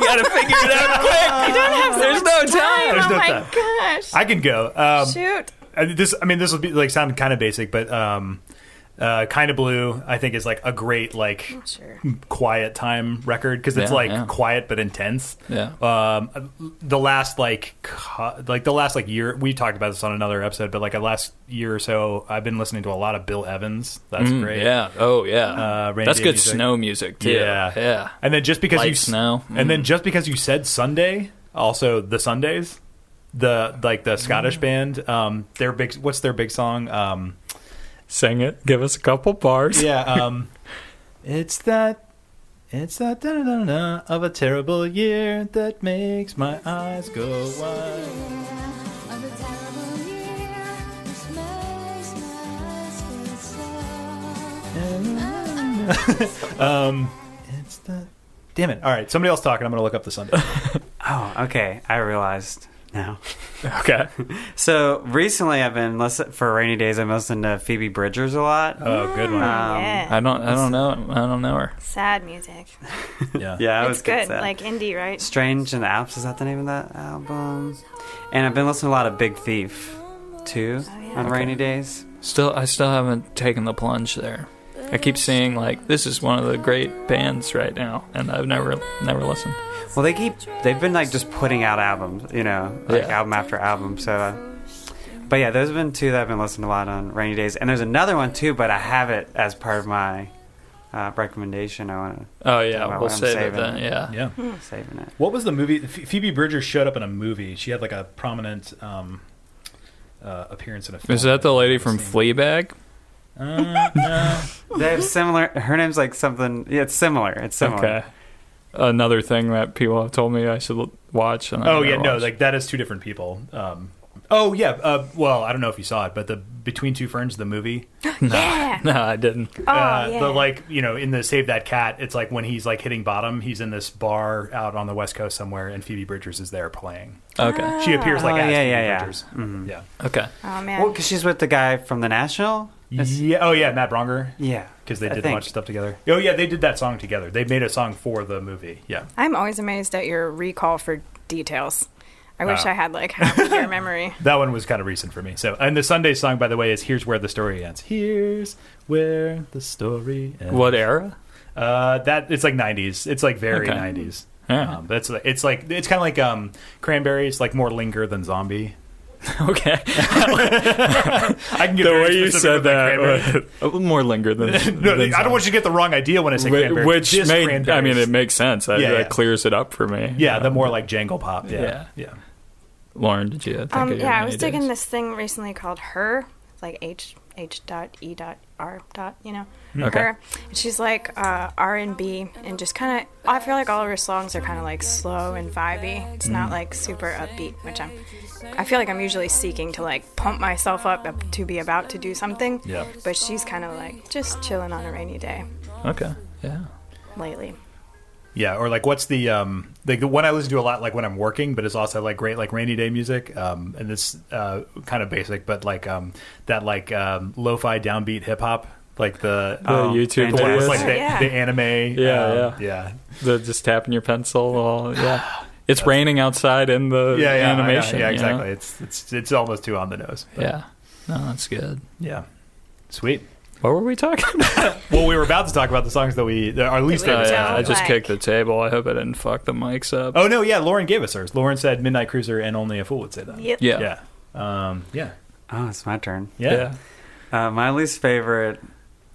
S2: gotta figure it out quick
S4: I don't have so
S2: There's
S4: much
S2: no time.
S1: There's
S4: oh
S1: no
S4: my
S1: time.
S4: gosh.
S1: i can go um,
S4: Shoot.
S1: I- this I mean this will be like sound kind of basic, but um, uh, kind of blue I think is like a great like
S4: Sure.
S1: quiet time record because it's
S2: Yeah,
S1: like
S2: yeah.
S1: quiet but intense.
S2: Yeah.
S1: Um, the last like co- like the last like year we talked about this on another episode, but like a last year or so I've been listening to a lot of Bill Evans. That's great.
S2: yeah oh yeah
S1: Uh, rainy
S2: that's
S1: day
S2: good
S1: music.
S2: snow music too
S1: Yeah.
S2: yeah
S1: And then just because
S2: Light
S1: you s-
S2: snow.
S1: and then just because you said Sunday, also the Sundays, the like the
S2: Mm.
S1: Scottish band, um, their big what's their big song? Um,
S2: sing it give us a couple bars
S1: yeah. Um, it's that. It's that da da da of a terrible year that makes my eyes go wide. Um, It's that. Damn it! All right, somebody else talking. I'm gonna look up the Sunday.
S5: Oh, okay. I realized. now.
S7: Okay.
S5: So recently, I've been listen for rainy days. I'm listening to Phoebe Bridgers a lot. Um,
S1: Oh, good one.
S4: yeah.
S2: I don't. I don't know. I don't know her.
S4: Sad music.
S1: Yeah.
S5: yeah, it was
S4: It's good.
S5: sad.
S4: Like indie, right?
S5: Strange and the Alps is that the name of that album? And I've been listening to a lot of Big Thief too
S4: yeah.
S5: on rainy days.
S2: Still, I still haven't taken the plunge there. I keep seeing like this is one of the great bands right now, and I've never, never listened.
S5: Well, they keep they've been like just putting out albums, you know, like
S2: Yeah.
S5: album after album. So, uh, but yeah, those have been two that I've been listening to a lot on rainy days. And there's another one too, but I have it as part of my uh, recommendation. I want
S2: Oh yeah,
S5: Well,
S2: we'll
S5: I'm
S2: save it
S5: saving
S2: then.
S5: it.
S2: Yeah.
S1: Yeah.
S5: to saving it.
S1: What was the movie? Ph- Phoebe Bridgers showed up in a movie. She had like a prominent um, uh, appearance in a film.
S2: Is that the lady from
S1: Seen.
S2: Fleabag?
S1: Uh, no.
S5: They have similar. Her name's like something. Yeah, it's similar. It's similar.
S2: Okay. Another thing that people have told me I should l- watch. And I
S1: Oh
S2: never
S1: yeah, no,
S2: watched.
S1: like that is two different people. Um, oh yeah, uh, well I don't know if you saw it, but the Between Two Ferns, the movie,
S4: Yeah.
S2: no, I didn't.
S4: Oh,
S1: uh,
S4: yeah.
S1: the like you know in the Save That Cat, it's like when he's like hitting bottom, he's in this bar out on the West Coast somewhere, and Phoebe Bridgers is there playing.
S4: Uh,
S2: Okay,
S4: Ah.
S1: She appears like
S5: Oh,
S1: as
S5: yeah,
S1: Phoebe
S5: yeah, Mm-hmm. yeah.
S1: Bridgers. Yeah.
S2: okay.
S4: oh man.
S5: Well, because she's with the guy from the National. It's-
S1: yeah, oh yeah, Matt Bronger.
S5: Yeah,
S1: Because they
S5: I
S1: did a
S5: think.
S1: bunch of stuff together. Oh yeah, they did that song together. They made a song for the movie. Yeah,
S4: I'm always amazed at your recall for details. I wish
S1: Wow.
S4: I had like half of your memory.
S1: that one was kind of recent for me. So, and the Sunday song, by the way, is "Here's Where the Story Ends." Here's where the story ends.
S2: What era?
S1: Uh, that it's like '90s. It's like very
S2: Okay.
S1: '90s.
S2: Yeah.
S1: Um, that's it's like it's kind of like um, cranberries, like more linger than zombie.
S2: Okay,
S1: I can get
S7: The
S1: very
S7: way you
S1: specific
S7: said
S1: with my
S7: that,
S1: cranberries.
S7: was a little more linger than.
S1: No,
S7: than
S1: I don't want you to get the wrong idea when I say
S2: Wh-
S1: cranberries.
S2: which
S1: Just
S2: made. I
S1: cranberries.
S2: mean, it makes sense. That,
S1: Yeah,
S2: that
S1: yeah.
S2: clears it up for me.
S1: yeah, the more like jangle pop. Yeah, yeah.
S2: Yeah. Lauren, did you? Think
S4: Um,
S2: of
S4: yeah, I
S2: any
S4: was
S2: days?
S4: digging this thing recently called Her, like H H dot E dot R dot, you know,
S2: Okay.
S4: Her. And she's like uh, R and B, and just kind of. I feel like all of her songs are kind of like slow and vibey. It's not like super upbeat, which I'm. I feel like I'm usually seeking to like pump myself up to be about to do something.
S1: Yeah.
S4: But she's kind of like just chilling on a rainy day
S2: Okay. Yeah.
S4: lately.
S1: Yeah, or like what's the um like the one I listen to a lot like when I'm working, but it's also like great like rainy day music. Um and it's uh kind of basic, but like um that like um lo-fi downbeat hip hop, like the
S2: The
S5: Oh,
S2: YouTube
S1: the one with,
S2: videos,
S5: fantastic.
S1: like the,
S4: Oh, yeah.
S1: the anime.
S2: Yeah,
S1: um,
S2: yeah.
S1: yeah.
S2: the just tapping your pencil. All, yeah. It's raining outside in the
S1: Yeah, yeah, I know.
S2: animation.
S1: Yeah,
S2: you know?
S1: exactly. It's it's it's almost too on the nose. but
S2: Yeah. No, that's good.
S1: yeah. Sweet.
S2: What were we talking about?
S1: Well, we were about to talk about the songs that we, that- or at least.
S4: we
S1: that-
S4: did.
S2: yeah, I just
S4: like-
S2: kicked the table. I hope I didn't fuck the mics up.
S1: Oh no, yeah. Lauren gave us hers. Lauren said "Midnight Cruiser" and only a fool would say that.
S4: Yep.
S2: yeah.
S1: Yeah. Um, yeah.
S5: Oh, it's my turn.
S1: Yeah.
S5: Uh, my least favorite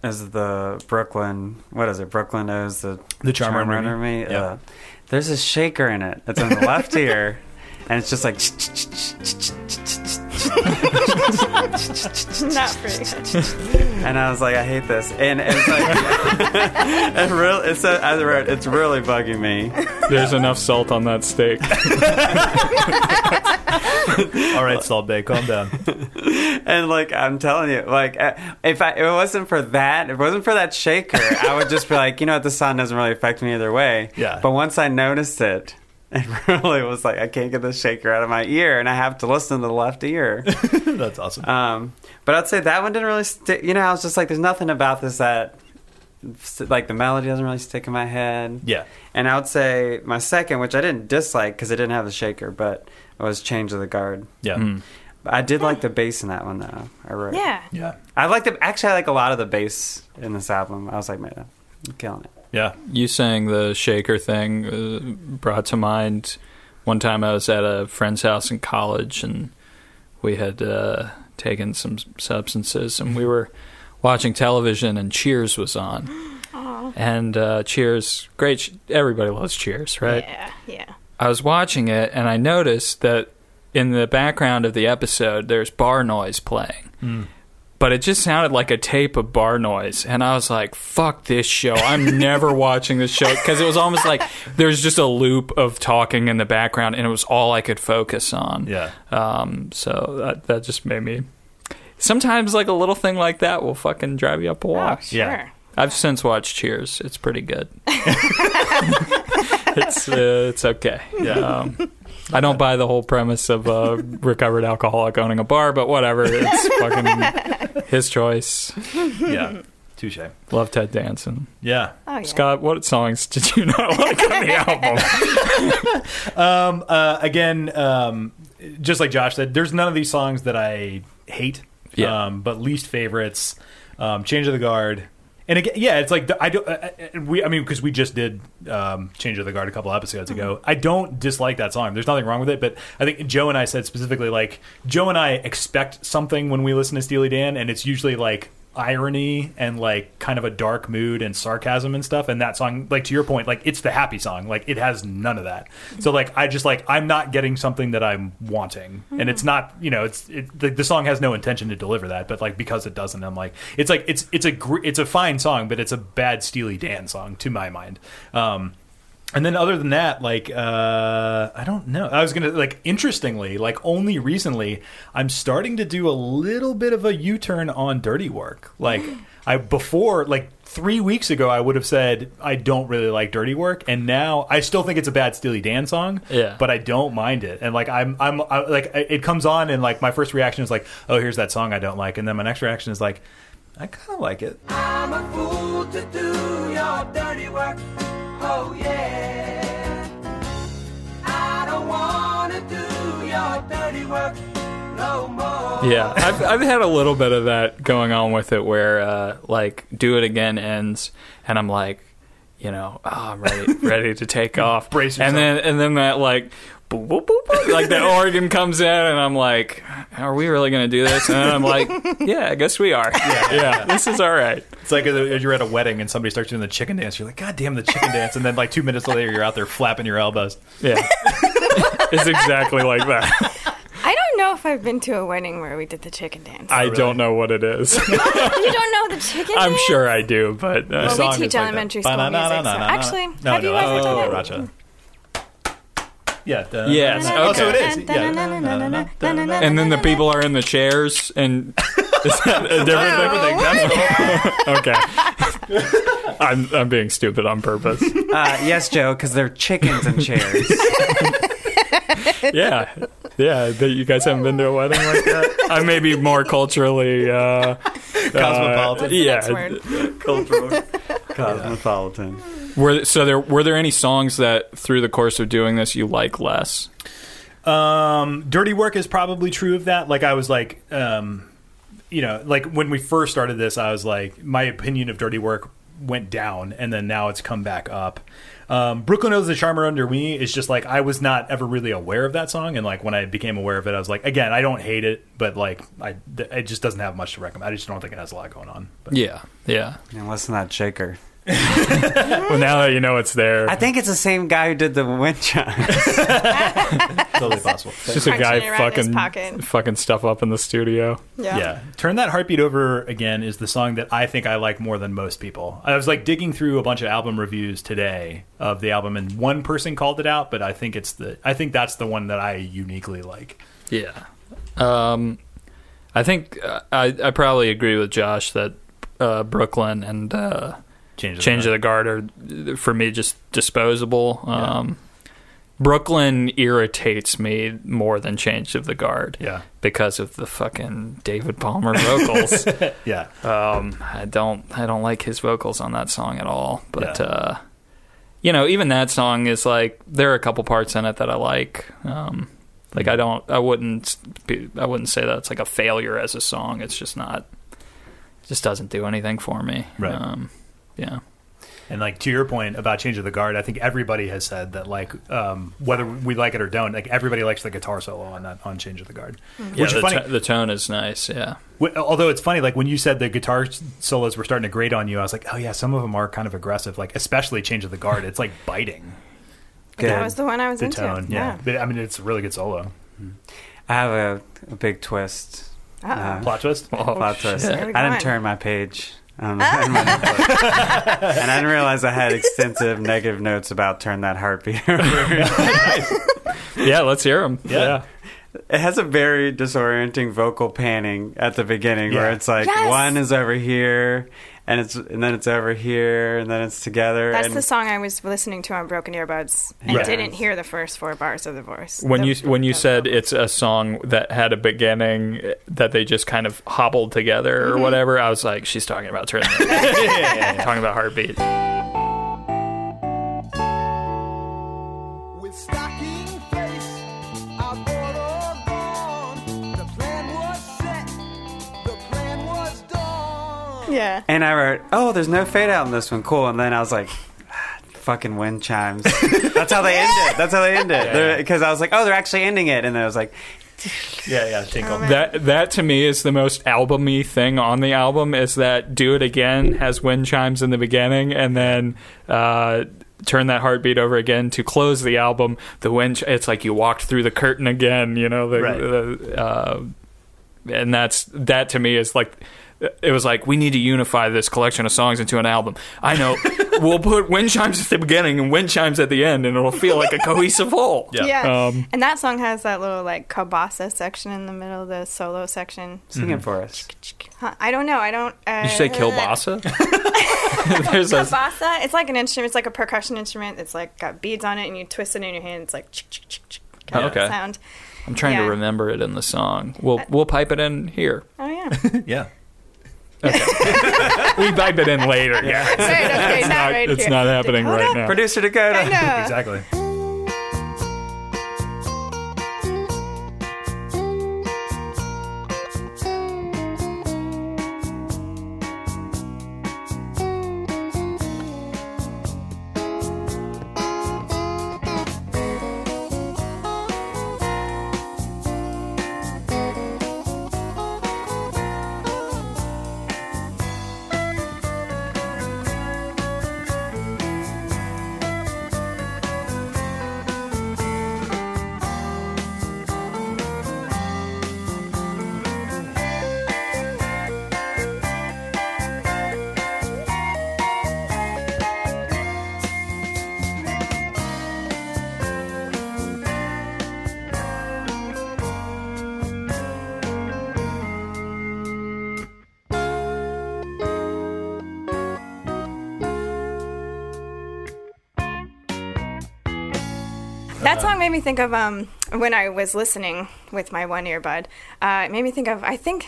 S5: is the Brooklyn. What is it? Brooklyn knows the
S1: The Charmer and
S5: Charmer
S1: Remy.
S5: and Remy.
S1: Yeah.
S5: Uh, there's a shaker in it. It's on the left ear, and it's just like.
S4: Not pretty.
S5: And I was like, I hate this. And it's like, it really, it's a, I wrote, it's really bugging me.
S2: There's enough salt on that steak.
S1: All right, Salt Bay, calm down.
S5: And like, I'm telling you, like, uh, if I, if it wasn't for that, if it wasn't for that shaker, I would just be like, you know what, the sun doesn't really affect me either way.
S1: Yeah.
S5: But once I noticed it, it really was like, I can't get this shaker out of my ear, and I have to listen to the left ear.
S1: That's awesome.
S5: Um, but I'd say that one didn't really stick. You know, I was just like, there's nothing about this that, like, the melody doesn't really stick in my head.
S1: Yeah.
S5: And I would say my second, which I didn't dislike because it didn't have the shaker, but it was Change of the Guard.
S1: Yeah.
S5: But I did like the bass in that one, though. I wrote.
S4: Yeah.
S1: Yeah.
S5: I like the, actually, I like a lot of the bass in this album. I was like, man, I'm killing it.
S1: Yeah.
S2: you saying the shaker thing uh, brought to mind one time I was at a friend's house in college and we had uh, taken some s- substances and we were watching television and Cheers was on. And uh, Cheers, great. Sh- everybody loves Cheers, right?
S4: Yeah. Yeah.
S2: I was watching it and I noticed that in the background of the episode, there's bar noise playing. But it just sounded like a tape of bar noise. And I was like, fuck this show. I'm never watching this show. Because it was almost like there's just a loop of talking in the background and it was all I could focus on.
S1: Yeah.
S2: Um, so that, that just made me. Sometimes, like a little thing like that will fucking drive you up a wall.
S4: Oh, sure.
S1: Yeah.
S2: I've since watched Cheers. It's pretty good. it's uh, it's okay. Yeah. Um, I don't buy the whole premise of a recovered alcoholic owning a bar, but whatever. It's fucking his choice.
S1: yeah, touche.
S2: Love Ted Danson.
S1: Yeah.
S4: Oh, yeah.
S2: Scott, what songs did you not like on the album?
S1: Um, uh, again, um, just like Josh said, there's none of these songs that I hate.
S2: Yeah.
S1: Um, but least favorites, um, Change of the Guard, and again, yeah, it's like the- I don't. Uh, uh, we, I mean, because we just did um, Change of the Guard a couple episodes ago. I don't dislike that song. There's nothing wrong with it, but I think Joe and I said specifically like Joe and I expect something when we listen to Steely Dan, and it's usually like irony and like kind of a dark mood and sarcasm and stuff and that song like to your point like it's the happy song like it has none of that so like i just like i'm not getting something that i'm wanting and it's not you know it's it, the, the song has no intention to deliver that but like because it doesn't i'm like it's like it's it's a gr- it's a fine song but it's a bad steely dan song to my mind um and then other than that like uh i don't know i was gonna like interestingly like only recently i'm starting to do a little bit of a u-turn on dirty work like i before like three weeks ago i would have said i don't really like dirty work and now i still think it's a bad steely dan song
S2: Yeah.
S1: but i don't mind it and like i'm i'm I, like I- it comes on and like my first reaction is like oh here's that song i don't like and then my next reaction is like i kind of like it
S3: I'm a fool to do your dirty work. Oh yeah. I don't wanna do your dirty work no more.
S2: Yeah, I've, I've had a little bit of that going on with it where, uh, like, Do It Again ends, and I'm like, you know, oh, I'm ready, ready to take off.
S1: Brace yourself.
S2: and then and then that like, boop, boop, boop, boop, like that organ comes in, and I'm like, are we really gonna do this? And then I'm like, yeah, I guess we are. Yeah, this is all right.
S1: It's like if you're at a wedding and somebody starts doing the chicken dance. You're like, God damn the chicken dance! And then like two minutes later, you're out there flapping your elbows.
S2: Yeah, it's exactly like that.
S4: I don't know if I've been to a wedding where we did the chicken dance.
S7: I don't know what it is.
S4: you don't know the chicken
S2: I'm
S4: dance?
S2: sure I do, but uh,
S4: Well, we teach elementary school music. So. Actually, have you guys ever done
S1: Racha. Yeah. da-
S2: Yes,
S1: da- da- da-
S2: okay.
S1: Oh, so it is. Yeah.
S4: that?
S2: and then the people are in the chairs, and is that a different thing?
S1: Everything. That's
S2: okay. I'm I'm being stupid on purpose.
S5: Uh, yes, Joe, because they're chickens and chairs.
S2: Yeah, yeah. That you guys haven't been to a wedding like that. I may be more culturally uh,
S1: Cosmopolitan.
S2: Uh,
S4: Next
S2: yeah.
S4: word.
S5: Cultural. Cosmopolitan.
S2: Were so there were there any songs that through the course of doing this you like less?
S1: Um, dirty work is probably true of that. Like I was like, um, you know, like when we first started this, I was like, my opinion of dirty work went down, and then now it's come back up. Um, Brooklyn knows the charmer under me is just like I was not ever really aware of that song, and like when I became aware of it, I was like, again, I don't hate it, but like I, th- it just doesn't have much to recommend. I just don't think it has a lot going on. But
S2: Yeah, yeah.
S5: And listen to that shaker.
S7: well, now that you know it's there,
S5: I think it's the same guy who did the wind chime.
S1: totally possible.
S2: Just a guy
S4: Crunching around in his
S2: fucking
S4: pocket.
S2: fucking stuff up in the studio.
S4: Yeah.
S1: Yeah. Turn That Heartbeat Over Again is the song that I think I like more than most people. I was like digging through a bunch of album reviews today of the album and one person called it out, but I think it's the I think that's the one that I uniquely like.
S2: Yeah. Um, I think uh, I I probably agree with Josh that uh, Brooklyn and. Uh,
S1: Change of
S2: Change
S1: the,
S2: of the Guard are for me just disposable. Um, Brooklyn irritates me more than Change of the Guard.
S1: Yeah.
S2: Because of the fucking David Palmer vocals.
S1: Yeah.
S2: um, I don't I don't like his vocals on that song at all. But
S1: Yeah.
S2: uh, you know, even that song is like there are a couple parts in it that I like. Um, like I don't I wouldn't be, I wouldn't say that's like a failure as a song. It's just not just doesn't do anything for me.
S1: Right.
S2: Um, yeah.
S1: And like to your point about Change of the Guard, I think everybody has said that like um, whether we like it or don't, like everybody likes the guitar solo on that on Change of the Guard. Which
S2: yeah,
S1: is
S2: the,
S1: funny.
S2: to- the tone is nice. Yeah,
S1: Wh- Although it's funny, like when you said the guitar s- solos were starting to grate on you, I was like, oh yeah, some of them are kind of aggressive, like especially Change of the Guard. It's like biting
S4: That was the one I was
S1: the
S4: into.
S1: tone. Yeah. But, I mean, it's a really good solo.
S5: I have a, a big twist.
S4: Uh-oh.
S1: Oh, Plot twist?
S4: Oh,
S5: plot twist.
S4: Where are we
S5: I didn't
S4: going?
S5: turn my page. Um, in my notebook. and I didn't realize I had extensive negative notes about Turn That Heartbeat Over.
S2: yeah. Let's hear them.
S1: Yeah.
S5: It has a very disorienting vocal panning at the beginning where
S1: Yeah.
S5: it's like
S4: Yes.
S5: one is over here and it's and then it's over here, and then it's together.
S4: That's
S5: and
S4: the song I was listening to on broken earbuds and
S5: Right.
S4: didn't hear the first four bars of the verse.
S2: when
S4: The-
S2: you when you
S4: the-
S2: said it's a song that had a beginning that they just kind of hobbled together or whatever, I was like, she's talking about turning, talking about heartbeat.
S8: With stocking face, I bought or gone. The plan was set, the plan was done.
S4: yeah,
S5: and I wrote, "Oh, there's no fade out in this one. Cool." And then I was like, ah, "Fucking wind chimes." That's how they end it. That's how they end it. Because I was like, "Oh, they're actually ending it," and then I was like,
S1: Yeah, yeah, tinkle.
S4: Um,
S2: That that to me is the most albumy thing on the album is that "Do It Again" has wind chimes in the beginning, and then uh, "Turn That Heartbeat Over Again" to close the album. The wind, ch- it's like you walked through the curtain again, you know. The,
S1: Right.
S2: the, uh, and that's that to me is like it was like we need to unify this collection of songs into an album. I know we'll put wind chimes at the beginning and wind chimes at the end, and it'll feel like a cohesive whole.
S1: Yeah.
S4: yeah.
S2: Um,
S4: and that song has that little like kabasa section in the middle, the solo section.
S5: "Sing it for us."
S4: Huh, I don't know. I don't. Uh,
S2: You say kielbasa? There's a
S4: Kabasa. It's like an instrument. It's like a percussion instrument. It's like got beads on it, and you twist it in your hand. It's like chick, chick, chick, chick, kind
S2: Oh,
S4: of
S2: okay.
S4: sound.
S2: I'm trying to
S4: Yeah. Uh,
S2: remember it in the song. We'll we'll pipe it in here.
S4: Oh yeah.
S1: Yeah.
S2: We pipe it in later. Yeah,
S4: Right, okay, not, right
S2: it's
S4: here.
S2: not happening
S4: Dakota?
S2: right now.
S5: Producer Dakota.
S4: I know.
S1: Exactly.
S4: That song made me think of um, when I was listening with my one earbud. Uh, it made me think of I think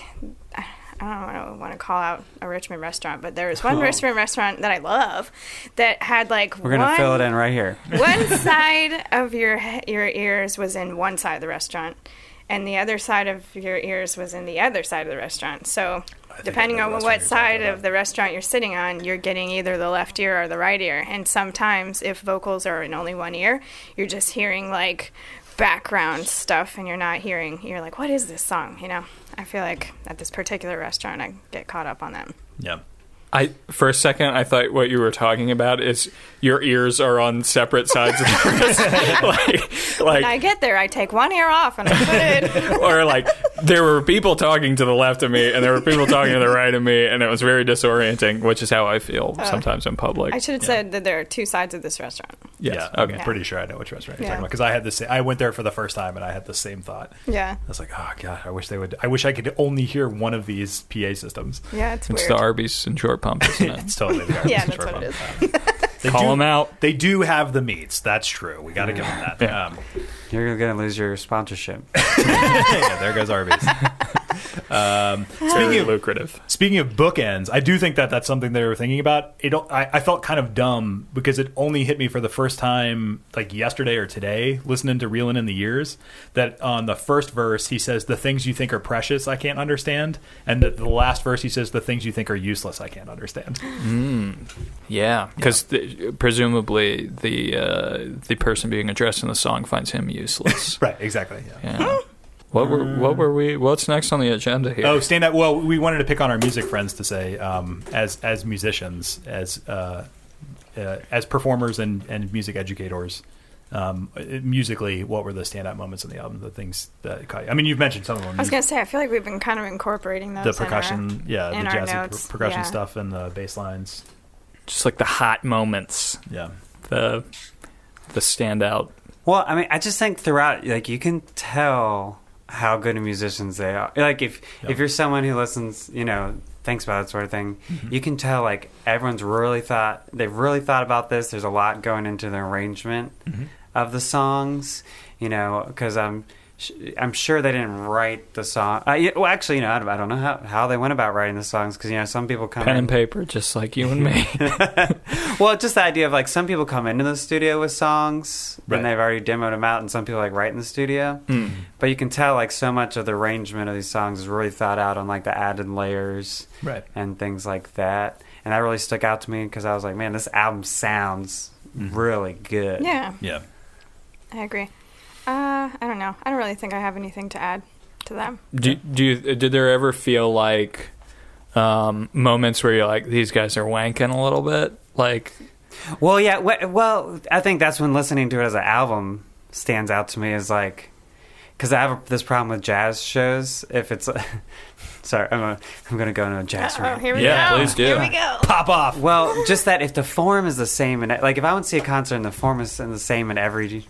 S4: I don't want to call out a Richmond restaurant, but there was one Richmond restaurant that I love that had like
S5: Oh. We're gonna
S4: one,
S5: fill it in right here.
S4: one side of your he- your ears was in one side of the restaurant, and the other side of your ears was in the other side of the restaurant. So. Depending
S1: know
S4: on
S1: the restaurant
S4: what
S1: you're
S4: side
S1: talking
S4: of the restaurant you're sitting on, you're getting either the left ear or the right ear. And sometimes, if vocals are in only one ear, you're just hearing like background stuff and you're not hearing, you're like, what is this song? You know, I feel like at this particular restaurant, I get caught up on that.
S1: Yeah.
S2: I for a second I thought what you were talking about is your ears are on separate sides of the wrist. like
S4: I
S2: like
S4: get there, I take one ear off and I put it.
S2: or like there were people talking to the left of me and there were people talking to the right of me and it was very disorienting, which is how I feel sometimes in public.
S4: Uh, I should have said that there are two sides of this restaurant.
S2: yes.
S1: Yeah,
S2: okay.
S1: I'm pretty sure I know which restaurant you're
S4: Yeah.
S1: talking about because I had the same. I went there for the first time and I had the same thought. I
S4: Yeah.
S1: was like, oh god, I wish they would. I wish I could only hear one of these PA systems.
S4: Yeah, it's,
S2: It's
S4: weird.
S2: the Arby's and short pump, isn't it?
S1: It's totally the
S4: Yeah,
S1: Arby's
S4: that's what it
S1: restaurant.
S4: is.
S1: They
S2: Call
S1: do-
S2: 'em out.
S1: They do have the meats. That's true. We got to give them that.
S2: Yeah.
S1: Um,
S5: You're gonna lose your sponsorship.
S1: yeah, there goes Arby's. um,
S2: Very
S1: speaking of
S2: lucrative.
S1: speaking of bookends, I do think that that's something they were thinking about. It don't- I, I felt kind of dumb because it only hit me for the first time like yesterday or today listening to Reelin' in the Years that on the first verse he says the things you think are precious I can't understand and that the last verse he says the things you think are useless I can't understand.
S2: Yeah, because presumably the uh, the person being addressed in the song finds him useless.
S1: Right, exactly. Yeah.
S2: Yeah. What were what were we? What's next on the agenda here?
S1: Oh, stand up. Well, we wanted to pick on our music friends to say, um, as as musicians, as uh, uh, as performers and and music educators, um, uh, musically, what were the standout moments in the album? The things that caught you. I mean, you've mentioned some of them.
S4: I was going to say, I feel like we've been kind of incorporating those.
S1: the
S4: in our-
S1: percussion, yeah,
S4: in
S1: the
S4: our
S1: jazzy
S4: notes,
S1: per- percussion
S4: yeah.
S1: stuff and the bass lines.
S2: just like the hot moments,
S1: Yeah,
S2: the the standout.
S5: Well, I mean, I just think throughout, like you can tell how good of musicians they are. Like if if you're someone who listens, you know, thinks about that sort of thing,
S2: Mm-hmm.
S5: you can tell like everyone's really thought they've really thought about this. There's a lot going into the arrangement
S2: Mm-hmm.
S5: of the songs, you know, because I'm sh- I'm sure they didn't write the song. Uh, yeah, well, actually, you know, I don't, I don't know how, how they went about writing the songs because you know some people come
S2: Pen
S5: in-
S2: and paper, just like you and me.
S5: well, just the idea of like some people come into the studio with songs
S1: Right.
S5: and they've already demoed them out, and some people like write in the studio. But you can tell like so much of the arrangement of these songs is really thought out on like the added layers
S1: Right.
S5: and things like that. And that really stuck out to me because I was like, man, this album sounds really good.
S4: Yeah,
S1: Yeah.
S4: I agree. Uh, I don't know. I don't really think I have anything to add to them.
S2: do, do you, did there ever feel like um, moments where you're like these guys are wanking a little bit like
S5: Well, yeah. wh- Well, I think that's when listening to it as an album stands out to me is like because I have this problem with jazz shows. If it's sorry, I'm a, I'm gonna go into a jazz
S4: Oh,
S5: rant.
S4: here we
S2: Yeah,
S4: go.
S2: please do.
S4: Here we go.
S1: Pop off.
S5: Well, just that if the form is the same, and like if I went to see a concert and the form is the same in every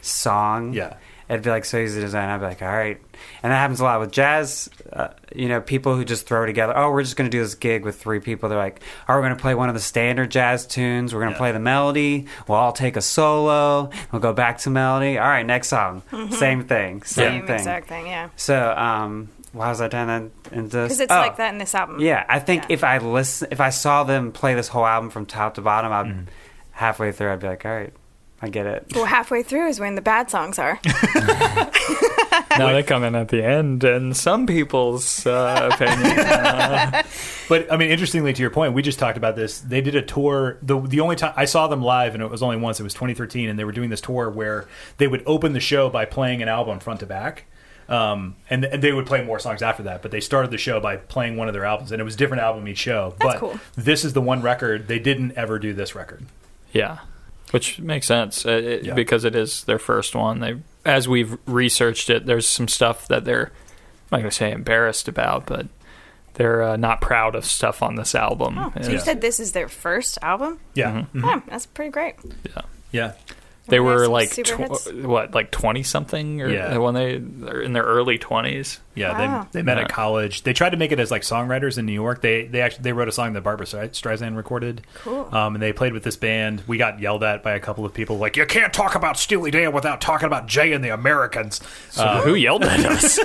S5: song,
S1: Yeah.
S5: it'd be like so easy to design. I'd be like, all right, and that happens a lot with jazz. Uh, you know, people who just throw together, oh, we're just going to do this gig with three people. They're like, oh, we're going to play one of the standard jazz tunes. We're going to play the melody. We'll all take a solo. We'll go back to melody. All right, next song, same thing, same
S4: Mm-hmm. Same
S5: thing.
S4: exact thing. Yeah,
S5: So, um, why was I doing that? in this?
S4: because it's
S5: Oh.
S4: like that in this album.
S5: Yeah, I think
S4: Yeah.
S5: if I listen, if I saw them play this whole album from top to bottom, I'd halfway through, I'd be like, all right, I get it.
S4: Well, halfway through is when the bad songs are.
S2: now they come in at the end and some people's uh, opinion
S1: But I mean, interestingly, to your point, we just talked about this. They did a tour. The the only time I saw them live, and it was only once. It was 2013, and they were doing this tour where they would open the show by playing an album front to back, um, and, and they would play more songs after that. But they started the show by playing one of their albums, and it was a different album each show.
S4: That's
S1: but
S4: cool.
S1: this is the one record they didn't ever do. This record,
S2: Yeah, which makes sense uh, it,
S1: Yeah.
S2: because it is their first one. They, as we've researched it, there's some stuff that they're I'm not going to say embarrassed about, but they're uh, not proud of stuff on this album.
S4: Oh, so
S2: And
S4: you said this is their first album?
S1: yeah,
S2: Mm-hmm.
S1: Mhm.
S4: Yeah, that's pretty great.
S1: yeah.
S2: they were
S4: Everything
S2: like
S4: else was super hits?
S2: tw- what, like twenty something, or uh,
S1: Yeah.
S2: when they they're in their early twenties.
S1: Yeah,
S4: Wow.
S1: they, they met
S2: Yeah.
S1: at college. They tried to make it as like songwriters in New York. They they actually they wrote a song that Barbara Stre- Streisand recorded.
S4: Cool.
S1: Um, and they played with this band. We got yelled at by a couple of people like, "You can't talk about Steely Dan without talking about Jay and the Americans."
S2: So who yelled at us?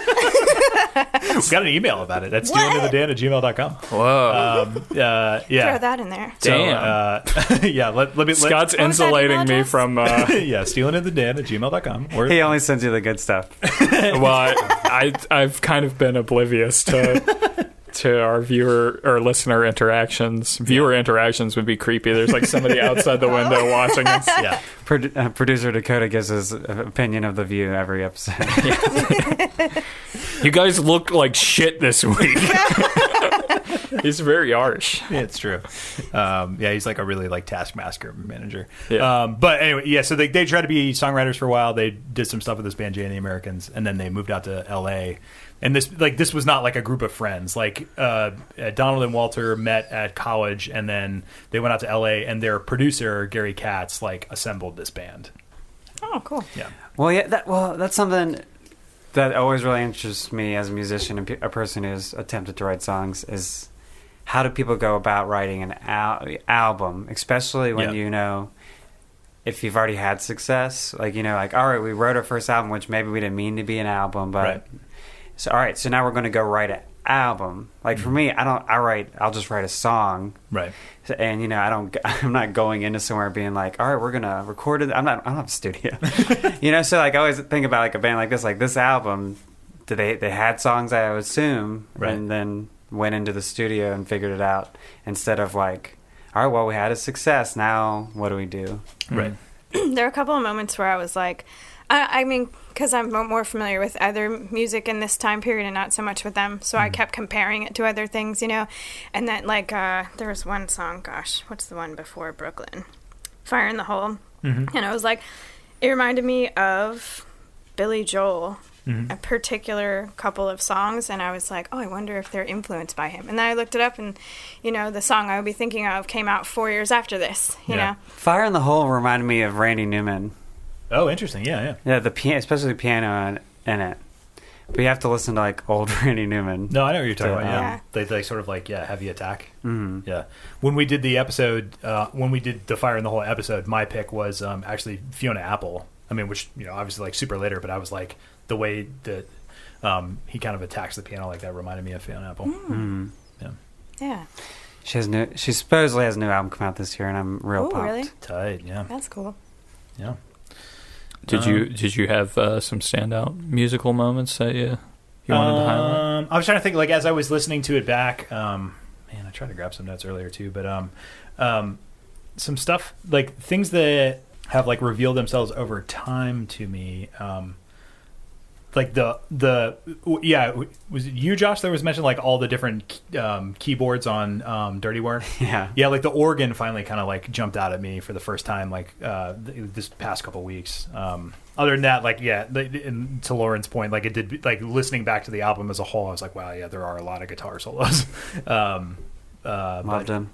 S1: We got an email about it. That's steelyandthedan at gmail.com.
S2: Whoa,
S1: Um, uh, yeah.
S4: Throw that in there.
S1: So,
S2: Damn.
S1: uh, yeah. Let, let me. Let,
S7: Scott's
S4: What was that email
S7: insulating me
S4: address?
S7: from. Uh,
S1: yeah, steelyandthedan at gmail.com. Or,
S5: He only sends you the good stuff.
S7: well, I, I I've kind of been oblivious to to our viewer or listener interactions. Viewer interactions would be creepy. There's like somebody outside the window watching us.
S1: yeah.
S5: Pro- uh, Producer Dakota gives his uh, opinion of the view every episode.
S2: you guys looked like shit this week. He's very harsh.
S1: it's true. Um, yeah, he's like a really like taskmaster manager.
S2: Yeah.
S1: Um, but anyway, yeah. So they, they tried to be songwriters for a while. They did some stuff with this band, Jay and the Americans, and then they moved out to L.A. And this like this was not like a group of friends. Like uh, uh, Donald and Walter met at college, and then they went out to L.A. And their producer Gary Katz like assembled this band.
S4: Oh, cool.
S1: Yeah.
S5: Well, yeah, that well, that's something that always really interests me as a musician and pe- a person who's attempted to write songs is how do people go about writing an al- album, especially when
S1: Yeah.
S5: you know if you've already had success, like you know, like all right, we wrote our first album, which maybe we didn't mean to be an album, but
S1: Right.
S5: so all right, so now we're going to go write an album. Like
S1: Mm-hmm.
S5: for me, I don't, I write, I'll just write a song,
S1: Right.
S5: so- and you know i don't i'm not going into somewhere being like all right we're gonna record it i'm not i don't have a studio you know so like i always think about like a band like this like this album did they they had songs i would assume
S1: Right.
S5: and then went into the studio and figured it out instead of like all right well we had a success now what do we do
S1: Right.
S4: There were a couple of moments where I was like, I, I mean, because I'm mo- more familiar with other music in this time period and not so much with them, so I kept comparing it to other things, you know. And then, like, uh, there was one song, gosh, what's the one before Brooklyn? Fire in the Hole. And I was like, it reminded me of Billy Joel, a particular couple of songs, and I was like, oh, I wonder if they're influenced by him. And then I looked it up, and, you know, the song I would be thinking of came out four years after this, you
S1: Yeah.
S4: know.
S5: fire in the hole reminded me of randy newman
S1: Oh, interesting. Yeah. Yeah.
S5: yeah the piano especially the piano in, in it But you have to listen to like old Randy Newman.
S1: No, I know what you're talking
S5: So,
S1: about. Yeah.
S4: Yeah.
S1: They, they sort of like, yeah, heavy attack. Mm-hmm. Yeah. When we did the episode, uh, when we did the fire in the whole episode, my pick was um, actually Fiona Apple. I mean, which, you know, obviously like super later, but I was like, the way that um, he kind of attacks the piano like that reminded me of Fiona Apple. Yeah.
S4: Yeah.
S5: She has new. She supposedly has a new album come out this year, and I'm real
S4: Oh,
S5: pumped.
S4: really?
S1: Tight. Yeah.
S4: That's cool.
S1: Yeah.
S2: Did you did you have uh, some standout musical moments that you you wanted to highlight?
S1: Um, I was trying to think, like, as I was listening to it back, um, man, I tried to grab some notes earlier too, but um, um, some stuff like things that have like revealed themselves over time to me. Um, like the the w- yeah, w- was it you, Josh? That was mentioned like all the different um, keyboards on um, Dirty Work.
S5: Yeah.
S1: yeah, like the organ finally kind of like jumped out at me for the first time, like uh, th- this past couple weeks. Um, other than that, like yeah, the, and to Lauren's point, like it did, like listening back to the album as a whole, I was like, wow, yeah, there are a lot of guitar solos. um, uh, but-
S5: Loved him.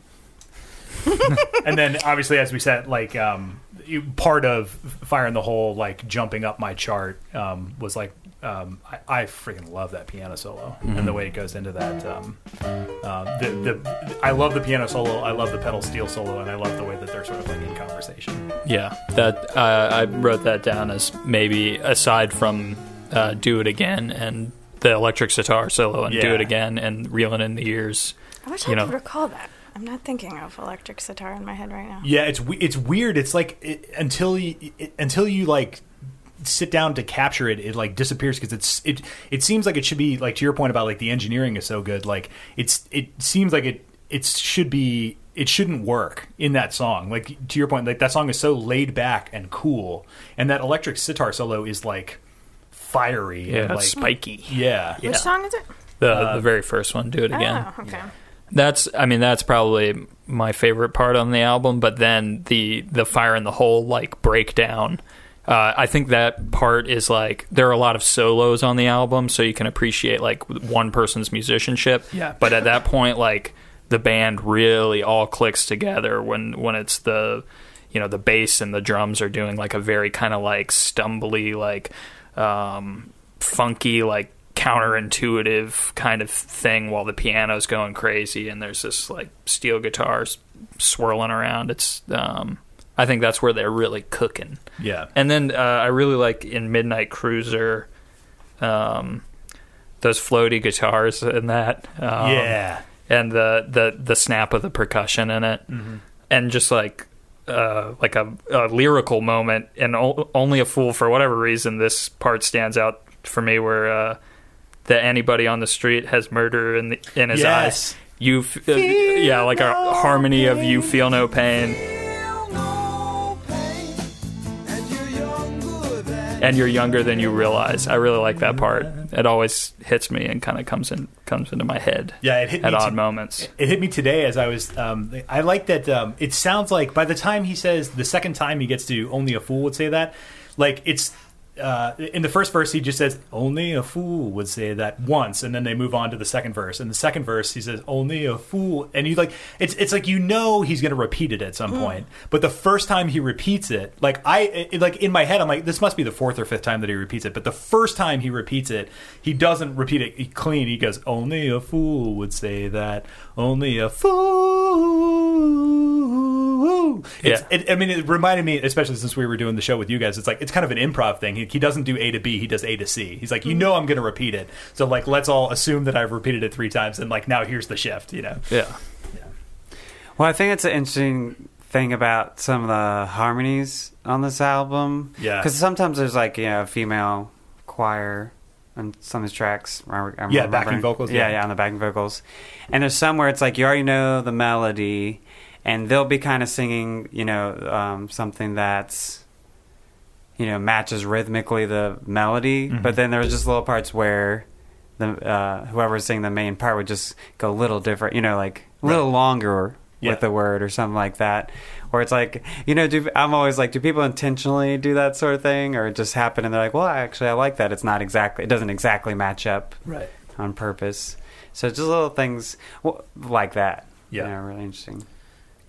S1: and then obviously as we said like um you- part of fire in the hole like jumping up my chart um was like um i, I freaking love that piano solo and the way it goes into that um uh, the the i love the piano solo i love the pedal steel solo and i love the way that they're sort of like in conversation
S2: Yeah, that uh, I wrote that down as maybe aside from uh, "Do It Again" and the electric sitar solo and
S1: Yeah.
S2: "Do It Again" and "Reeling in the Years."
S4: I wish
S2: You
S4: I
S2: know.
S4: could recall that. I'm not thinking of electric sitar in my head right now.
S1: yeah it's we- it's weird it's like it, until you it, until you like sit down to capture it it like disappears because it's it it seems like it should be like to your point about like the engineering is so good like it's it seems like it it should be it shouldn't work in that song like to your point like that song is so laid back and cool and that electric sitar solo is like fiery
S2: Yeah,
S1: and like uh,
S2: spiky.
S1: yeah
S4: Which song is it?
S2: The the very first one,
S1: Ah.
S2: "Do It Again."
S4: Oh, okay.
S2: That's I mean that's probably my favorite part on the album. But then the the fire in the hole like breakdown. Uh, I think that part is like there are a lot of solos on the album, so you can appreciate like one person's musicianship.
S1: Yeah.
S2: But at that point, like the band really all clicks together when when it's the you know the bass and the drums are doing like a very kind of like stumbly like um, funky like counterintuitive kind of thing while the piano's going crazy and there's this like steel guitars swirling around it's um i think that's where they're really cooking
S1: yeah
S2: and then uh, i really like in midnight cruiser um those floaty guitars in that um,
S1: yeah
S2: and the the the snap of the percussion in it,
S1: Mm-hmm.
S2: and just like uh, like a, a lyrical moment, and o- only a fool for whatever reason. This part stands out for me where uh, that anybody on the street has murder in the, in his
S1: Yes.
S2: eyes. You f- uh, yeah, like a harmony of you feel no pain
S8: Feel no pain, and you're younger than
S2: and you're younger than you realize. I really like that part. It always hits me and kind of comes in comes into my head.
S1: Yeah, it hit
S2: at
S1: me
S2: odd
S1: too.
S2: moments.
S1: It hit me today as I was. Um, I like that. Um, it sounds like by the time he says the second time he gets to only a fool would say that, like it's. Uh, in the first verse, he just says, "Only a fool would say that once," and then they move on to the second verse. In the second verse, he says, "Only a fool," and you like it's it's like you know he's going to repeat it at some point. But the first time he repeats it, like I it, like in my head, I'm like, this must be the fourth or fifth time that he repeats it. But the first time he repeats it, he doesn't repeat it clean. He goes, "Only a fool would say that. Only a fool." It's,
S2: Yeah.
S1: it, I mean, it reminded me, especially since we were doing the show with you guys. It's like it's kind of an improv thing. He, he doesn't do A to B. He does A to C. He's like, you know, I'm going to repeat it. So like, let's all assume that I've repeated it three times, and like now here's the shift. You know.
S2: Yeah.
S5: Well, I think it's an interesting thing about some of the harmonies on this album.
S1: Yeah.
S5: Because sometimes there's like you know a female choir on some of these tracks. I re- I'm
S1: Yeah,
S5: remembering.
S1: backing vocals,
S5: Yeah,
S1: yeah.
S5: yeah, on the backing vocals. And there's some where it's like you already know the melody, and they'll be kind of singing you know um, something that's you know matches rhythmically the melody.
S1: Mm-hmm.
S5: But then there's just little parts where the uh, whoever's singing the main part would just go a little different, you know, like a little longer
S1: Yeah.
S5: with the word or something like that. Or it's like, you know, do, I'm always like, do people intentionally do that sort of thing, or it just happen? And they're like, well, actually, I like that. It's not exactly, it doesn't exactly match up
S1: Right.
S5: on purpose. So just little things w- like that.
S1: Yeah.
S5: you know, really interesting.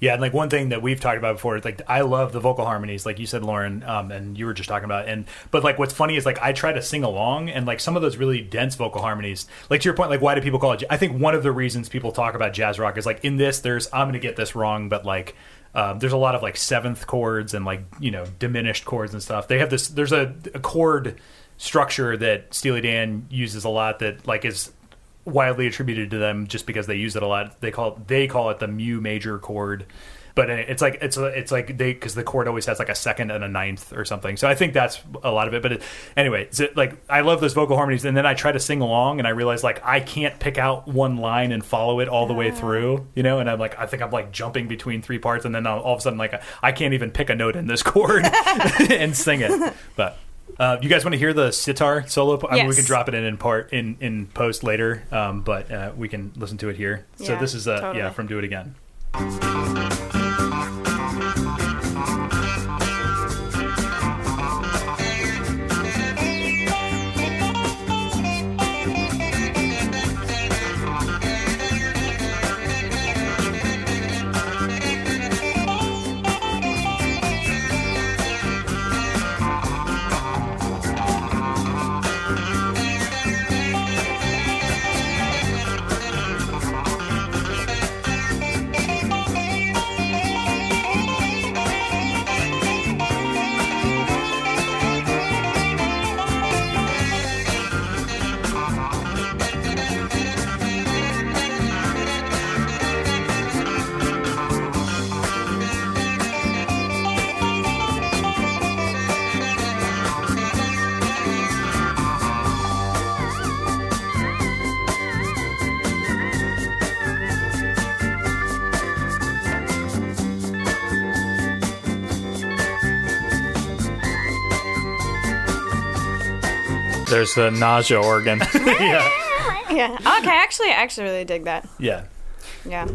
S1: Yeah, and like one thing that we've talked about before, is like I love the vocal harmonies, like you said, Lauren, um, and you were just talking about. And but like what's funny is like I try to sing along, and like some of those really dense vocal harmonies, like to your point, like why do people call it? j- I think one of the reasons people talk about jazz rock is like in this, there's I'm gonna get this wrong, but like. Um, there's a lot of like seventh chords and like you know diminished chords and stuff. They have this. There's a, a chord structure that Steely Dan uses a lot that like is widely attributed to them just because they use it a lot. They call it, they call it the mu major chord, but it- it's like it's a, it's like they because the chord always has like a second and a ninth or something. So I think that's a lot of it. But it, anyway, so like I love those vocal harmonies, and then I try to sing along, and I realize like I can't pick out one line and follow it all the way through, you know. And I'm like I think I'm like jumping between three parts, and then all all of a sudden like I can't even pick a note in this chord and sing it, but. Uh, you guys want to hear the sitar solo? I mean, we
S4: Yes.
S1: can drop it in in part in in post later, um, but uh, we can listen to it here. so
S4: Yeah,
S1: this is uh,
S4: totally.
S1: yeah from Do It Again.
S7: There's the nausea organ.
S4: yeah. Okay, actually, I actually really dig that.
S1: Yeah,
S4: Yeah.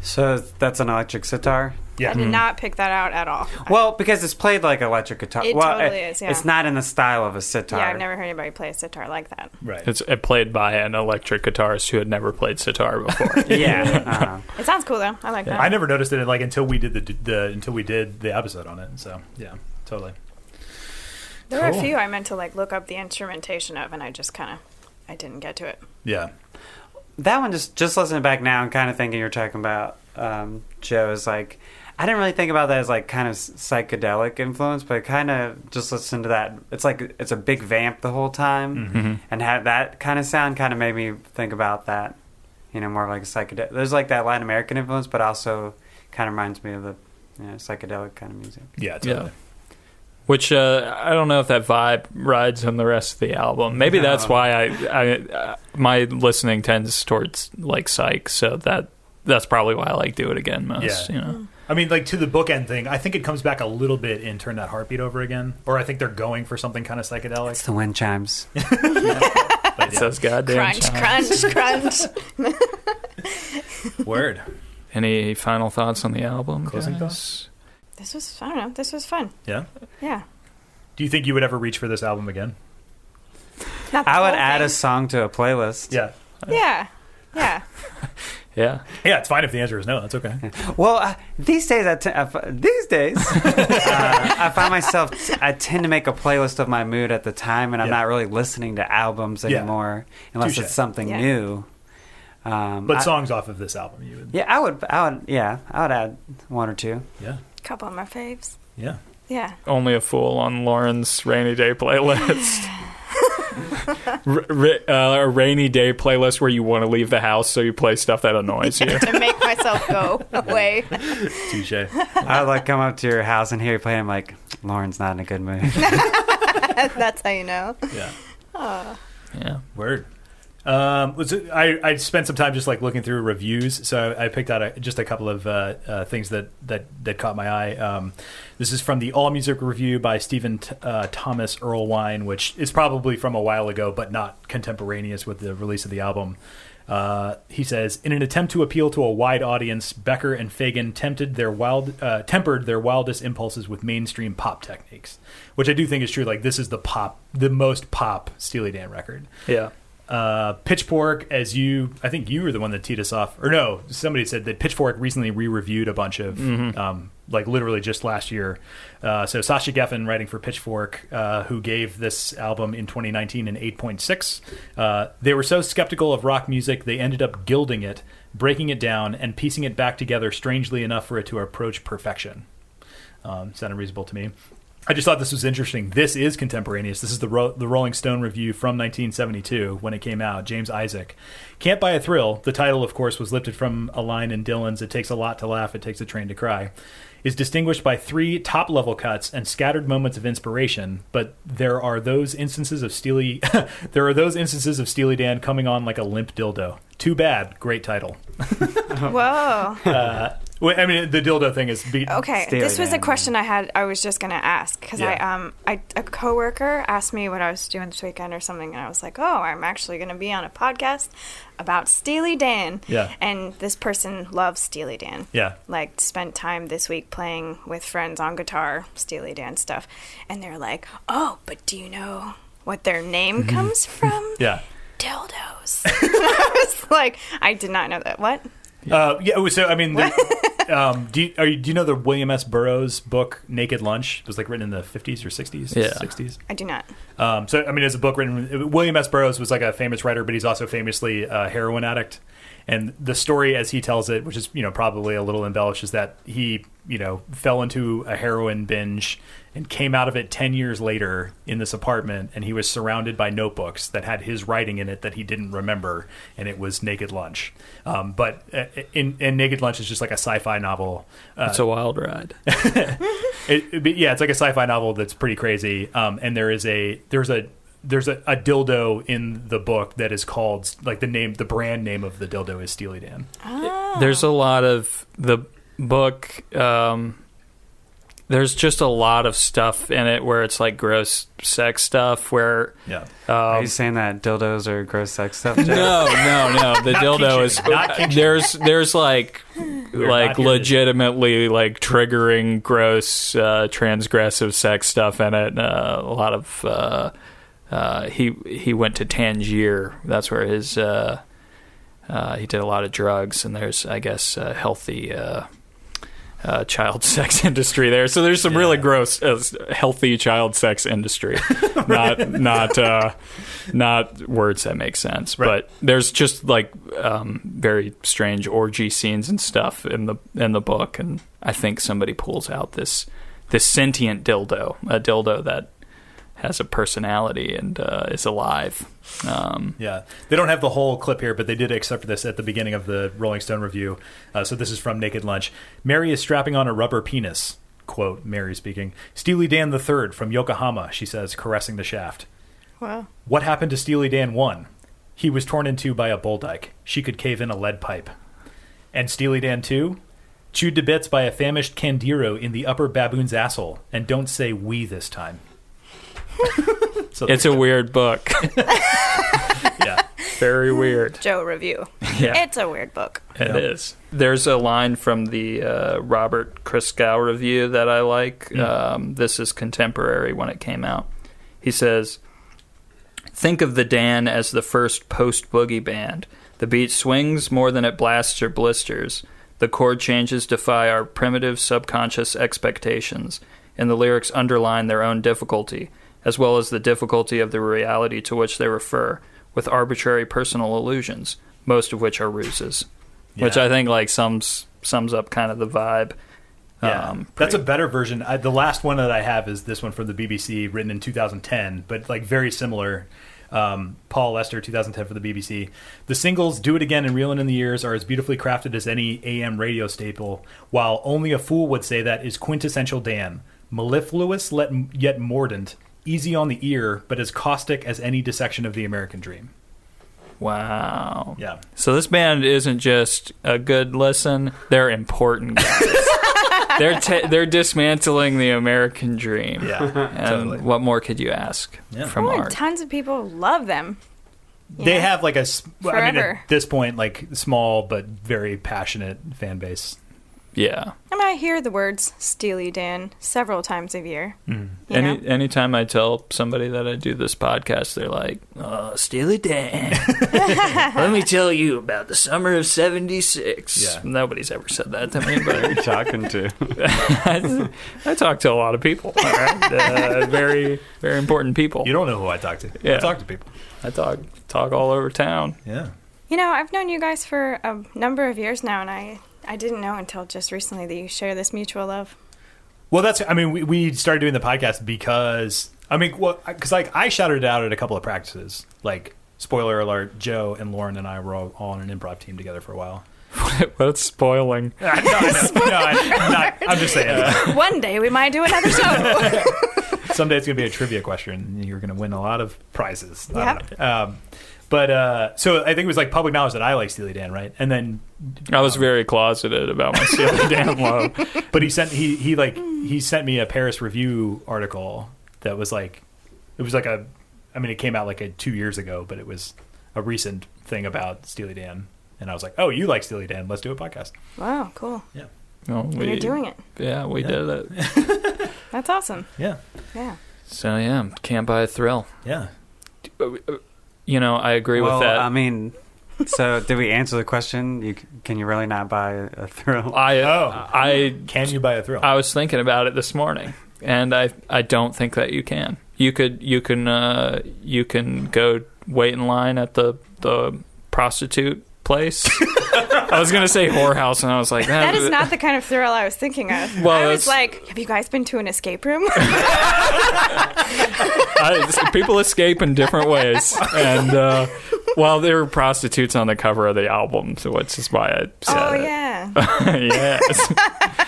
S5: So that's an electric sitar.
S1: yeah. Mm-hmm.
S4: I did not pick that out at all.
S5: Well, because it's played like electric guitar.
S4: It
S5: well, eh,
S4: totally is, yeah.
S5: It's not in the style of a sitar.
S4: Yeah, I've never heard anybody play a sitar like that.
S1: Right.
S7: It's uh, played by an electric guitarist who had never played sitar before.
S5: Yeah. uh-huh.
S4: It sounds cool though. I like that.
S1: I never noticed it like until we did the the until we did the episode on it. So yeah, totally.
S4: there were
S1: Cool.
S4: a few I meant to like look up the instrumentation of, and I just kind of, I didn't get to it.
S1: Yeah,
S5: that one just just listening back now and kind of thinking you're talking about um, Joe is like I didn't really think about that as like kind of s- psychedelic influence, but kind of just listen to that. It's like it's a big vamp the whole time, and have that kind of sound kind of made me think about that. You know, more of like a psychedelic. There's like that Latin American influence, but also kind of reminds me of the you know, psychedelic kind of music.
S1: yeah, totally.
S7: Yeah. Which uh, I don't know if that vibe rides on the rest of the album. Maybe that's
S5: No.
S7: why I, I uh, my listening tends towards like psych, so that that's probably why I like do it again most.
S1: Yeah.
S7: You know,
S1: I mean, like to the bookend thing, I think it comes back a little bit in "Turn That Heartbeat Over Again," or I think they're going for something kind of psychedelic.
S5: It's the wind chimes.
S1: But,
S7: it
S1: yeah.
S7: says goddamn.
S4: Crunch,
S7: chimes.
S4: crunch, crunch.
S1: Word.
S7: Any final thoughts on the album?
S1: Closing
S7: guys?
S1: thoughts?
S4: This was, I don't know, this was fun.
S1: Yeah.
S4: Yeah.
S1: Do you think you would ever reach for this album again?
S4: Not the
S5: I would
S4: whole
S5: add a
S4: thing.
S5: song to a playlist.
S1: Yeah.
S4: Yeah. Yeah.
S7: Yeah,
S1: Yeah, it's fine if the answer is no. That's okay.
S5: Well, uh, these days, I t- I f- these days, uh, I find myself t- I tend to make a playlist of my mood at the time, and I'm
S1: Yeah.
S5: not really listening to albums
S1: Yeah.
S5: anymore unless
S1: Touche.
S5: it's something
S4: Yeah.
S5: new. Um,
S1: But
S5: I-
S1: songs off of this album, you would.
S5: yeah, I would, I would, yeah, I would add one or two.
S1: Yeah.
S4: Couple of my faves.
S1: Yeah.
S4: Yeah.
S7: only a fool on Lauren's rainy day playlist. R- r- uh, a rainy day playlist where you want to leave the house, so you play stuff that annoys you.
S4: to make myself go away.
S1: Touche.
S5: I would like come up to your house and hear you play. I'm like, Lauren's not in a good mood.
S1: Um,
S4: That's how you know.
S1: Yeah.
S7: Yeah.
S1: Word. Um, was it- I, I spent some time just like looking through reviews, so I, I picked out a, just a couple of uh, uh, things that, that, that caught my eye. Um, this is from the All Music review by Stephen T- uh, Thomas Erlewine, which is probably from a while ago, but not contemporaneous with the release of the album. Uh, he says, in an attempt to appeal to a wide audience, Becker and Fagan tempted their wild, uh, tempered their wildest impulses with mainstream pop techniques, which I do think is true. Like this is the pop, the most pop Steely Dan record.
S7: Yeah.
S1: Uh, Pitchfork, as you, I think you were the one that teed us off, or no, somebody said that Pitchfork recently re-reviewed a bunch of, um, like literally just last year. Uh, so Sasha Geffen, writing for Pitchfork, uh, who gave this album in 2019 an 8.6. Uh, they were so skeptical of rock music, they ended up gilding it, breaking it down, and piecing it back together strangely enough for it to approach perfection um, sounded reasonable to me. I just thought this was interesting. This is contemporaneous. This is the Ro- the Rolling Stone review from 1972 when it came out. James Isaac, "Can't Buy a Thrill." The title, of course, was lifted from a line in Dylan's "It Takes a Lot to Laugh, It Takes a Train to Cry." Is distinguished by three top level cuts and scattered moments of inspiration, but there are those instances of Steely, there are those instances of Steely Dan coming on like a limp dildo. Too bad. Great title. Oh.
S4: Whoa.
S1: Well, I mean, the dildo thing is be-
S4: Okay,
S5: Stay
S4: this
S5: away
S4: was
S5: down
S4: a
S5: there.
S4: question I had. I was just gonna ask because
S1: Yeah.
S4: I um I a coworker asked me what I was doing this weekend or something, and I was like, oh, I'm actually gonna be on a podcast about Steely Dan.
S1: Yeah.
S4: And this person loves Steely Dan.
S1: Yeah.
S4: Like spent time this week playing with friends on guitar Steely Dan stuff, and they're like, oh, but do you know what their name comes from?
S1: Mm-hmm. Yeah.
S4: Dildos. I was like, I did not know that. What?
S1: Uh, yeah. oh, So I mean, the, um, do you, are you, do you know the William S. Burroughs book Naked Lunch? It was like written in the fifties or sixties.
S2: Yeah.
S1: sixties.
S4: I do not.
S1: Um, so I mean, it's a book written. William S. Burroughs was like a famous writer, but he's also famously a heroin addict. And the story, as he tells it, which is you know probably a little embellished, is that he you know fell into a heroin binge and came out of it ten years later in this apartment, and he was surrounded by notebooks that had his writing in it that he didn't remember, and it was Naked Lunch. Um, but uh, in, and Naked Lunch is just like a sci-fi novel. Uh,
S2: It's a wild ride.
S1: it, it- but yeah, it's like a sci-fi novel that's pretty crazy. Um, and there is a there's a there's a, a dildo in the book that is called like the name the brand name of the dildo is Steely Dan.
S7: Uh,
S2: There's a lot of the book. Um, there's just a lot of stuff in it where it's like gross sex stuff. Where
S1: Yeah,
S5: Are you saying that dildos are gross sex stuff? Jeff?
S2: no, no, no, the dildo is
S1: Not
S2: there's there's like
S1: not here
S2: like
S1: to-
S2: legitimately like triggering gross uh, transgressive sex stuff in it. Uh, a lot of uh, uh, he he went to Tangier. That's where his uh, uh, he did a lot of drugs, and there's I guess uh, healthy. Uh, uh, child sex industry there, so there's some really gross, uh, s- healthy child sex industry, not not uh, not words that make sense,
S1: Right.
S2: but there's just like um, very strange orgy scenes and stuff in the in the book, and I think somebody pulls out this this sentient dildo, a dildo that has a personality and uh, is alive. Um,
S1: Yeah, they don't have the whole clip here, but they did accept this at the beginning of the Rolling Stone review. Uh, so this is from Naked Lunch. Mary is strapping on a rubber penis. Quote Mary speaking. Steely Dan the Third from Yokohama. She says, caressing the shaft.
S4: Wow.
S1: What happened to Steely Dan 1? He was torn in two by a bull dyke. She could cave in a lead pipe. And Steely Dan 2? Chewed to bits by a famished Candiro in the upper baboon's asshole. And don't say we this time. so
S2: it's a weird book,
S1: yeah.
S2: very weird.
S4: Joe review.
S2: Yeah.
S4: It's a weird book.
S2: It is. There's a line from the uh, Robert Christgau review that I like. Um, this is contemporary when it came out. He says, Think of the Dan as the first post boogie band. The beat swings more than it blasts or blisters. The chord changes defy our primitive subconscious expectations, and the lyrics underline their own difficulty, as well as the difficulty of the reality to which they refer, with arbitrary personal illusions, most of which are ruses. Which
S1: Yeah.
S2: I think like sums sums up kind of the vibe.
S1: Yeah.
S2: Um,
S1: That's a better version. I, the last one that I have is this one from the BBC, written in 2010, but like very similar. Um, Paul Lester, 2010 for the BBC. The singles "Do It Again" and "Reelin' in the Years" are as beautifully crafted as any AM radio staple. While only a fool would say that is quintessential Dan, mellifluous let, yet mordant, easy on the ear, but as caustic as any dissection of the American dream.
S2: wow.
S1: Yeah,
S2: So this band isn't just a good listen; they're important guys. they're ta they're dismantling the American dream.
S1: yeah.
S2: And what more could you ask
S1: Yeah.
S2: from
S4: Oh, and
S2: art?
S4: tons of people love them.
S1: They have like a, s- I mean,
S4: Forever.
S1: at this point, like small but very passionate fan base.
S2: Yeah.
S4: I mean, I hear the words Steely Dan several times a year. You know?
S2: Any anytime I tell somebody that I do this podcast, they're like, "Oh, Steely Dan." Let me tell you about the summer of '76.
S1: Yeah.
S2: Nobody's ever said that to me, but
S5: talking to.
S2: I, I talk to a lot of people. All right, uh, very very important people.
S1: You don't know who I talk to. I
S2: Yeah.
S1: talk to people.
S2: I talk talk all over town.
S1: Yeah.
S4: You know, I've known you guys for a number of years now, and I, I didn't know until just recently that you share this mutual love.
S1: Well, that's. I mean, we, we started doing the podcast because I mean, well, because like I shouted it out at a couple of practices. Like, spoiler alert: Joe and Lauren and I were all, all on an improv team together for a while.
S7: That's spoiling.
S1: no, I know. no, I, not, I'm just saying.
S4: One day we might do another show.
S1: someday it's going to be a trivia question and you're going to win a lot of prizes I
S4: Yep.
S1: don't know. um, but uh, so i think it was like public knowledge that i like steely dan right and then
S7: I was very closeted about my Steely Dan love.
S1: but he sent he he like he sent me a paris review article that was like it was like a i mean it came out like a, two years ago but it was a recent thing about steely dan and i was like oh you like steely dan let's do a podcast
S4: wow, cool.
S7: No, we,
S4: You're doing it.
S2: Oh, Yeah, we did it.
S4: That's awesome.
S1: yeah
S4: Yeah.
S2: So yeah, can't buy a thrill.
S1: yeah
S2: You know, I agree
S5: well,
S2: with that.
S5: I mean, so did we answer the question? You, c- can you really not buy a thrill?
S2: I
S1: Oh.
S2: I
S1: can you buy a thrill
S2: I was thinking about it this morning, and I I don't think that you can. You could you can uh, you can go wait in line at the the prostitute place. I was gonna say whorehouse, and I was like,
S4: That is not the kind of thrill I was thinking of.
S2: Well,
S4: I was
S2: that's-
S4: like, have you guys been to an escape room?
S7: I, people escape in different ways, and uh, well, there were prostitutes on the cover of the album, so which is why I said
S4: oh,
S7: it.
S4: yeah.
S7: yes.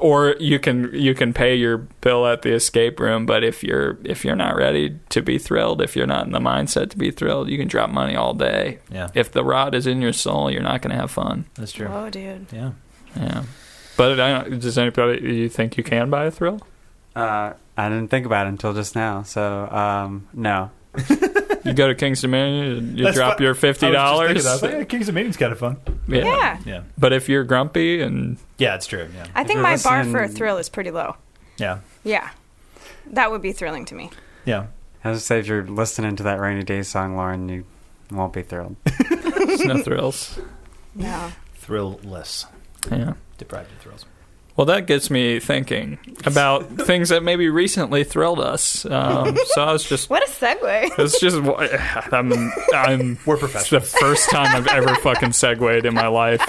S7: or you can you can pay your bill at the escape room, but if you're if you're not ready to be thrilled, if you're not in the mindset to be thrilled, you can drop money all day.
S1: Yeah.
S2: If the rod is in your soul, you're not going to have fun.
S1: that's true
S4: Oh, dude.
S1: yeah
S2: Yeah.
S7: But I don't, does anybody do you think you can buy a thrill?
S5: Uh, I didn't think about it until just now. So um, no,
S7: You go to King's Dominion, you
S1: That's
S7: drop
S1: fu-
S7: your fifty
S1: I was
S7: dollars.
S1: just thinking, I was like, yeah, Kings of Meeting's kind of fun.
S7: yeah.
S4: Yeah.
S1: Yeah.
S7: But if you're grumpy and
S1: Yeah, it's true. Yeah.
S4: I think
S5: you're
S4: my bar for a
S5: listening-
S4: thrill is pretty low.
S1: Yeah.
S4: Yeah. That would be thrilling to me.
S1: Yeah.
S5: I was say if you're listening to that rainy day song, Lauren, you won't be thrilled.
S2: There's no thrills.
S4: No.
S1: Thrillless.
S2: Yeah.
S1: Deprived of thrills.
S2: Well, that gets me thinking about things that maybe recently thrilled us. Um, so I was just,
S4: What a segue.
S7: it's just I'm I'm
S1: We're
S7: It's the
S1: professional.
S7: first time I've ever fucking segued in my life.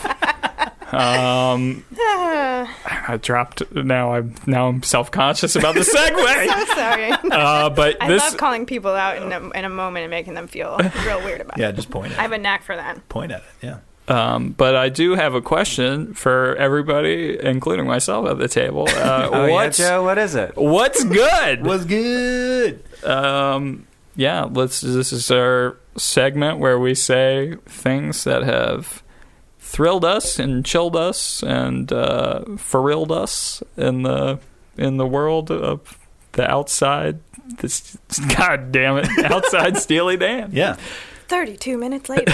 S7: Um, I dropped. Now I'm now I'm self conscious about the segue.
S4: I'm sorry.
S7: Uh, but
S4: I
S7: this
S4: love calling people out in a, in a moment and making them feel real weird about
S1: yeah,
S4: it.
S1: just point
S4: I
S1: at it.
S4: have a knack for that.
S1: Point at it. Yeah.
S7: Um, but I do have a question for everybody, including myself at the table. Uh,
S5: Oh
S7: what's
S5: yeah, Joe, what is it?
S7: what's good?
S1: Was good.
S7: Um, yeah, let's. This is our segment where we say things that have thrilled us and chilled us and uh, thrilled us in the in the world of the outside. This god damn it, outside Steely Dan.
S1: Yeah.
S4: 32 minutes later.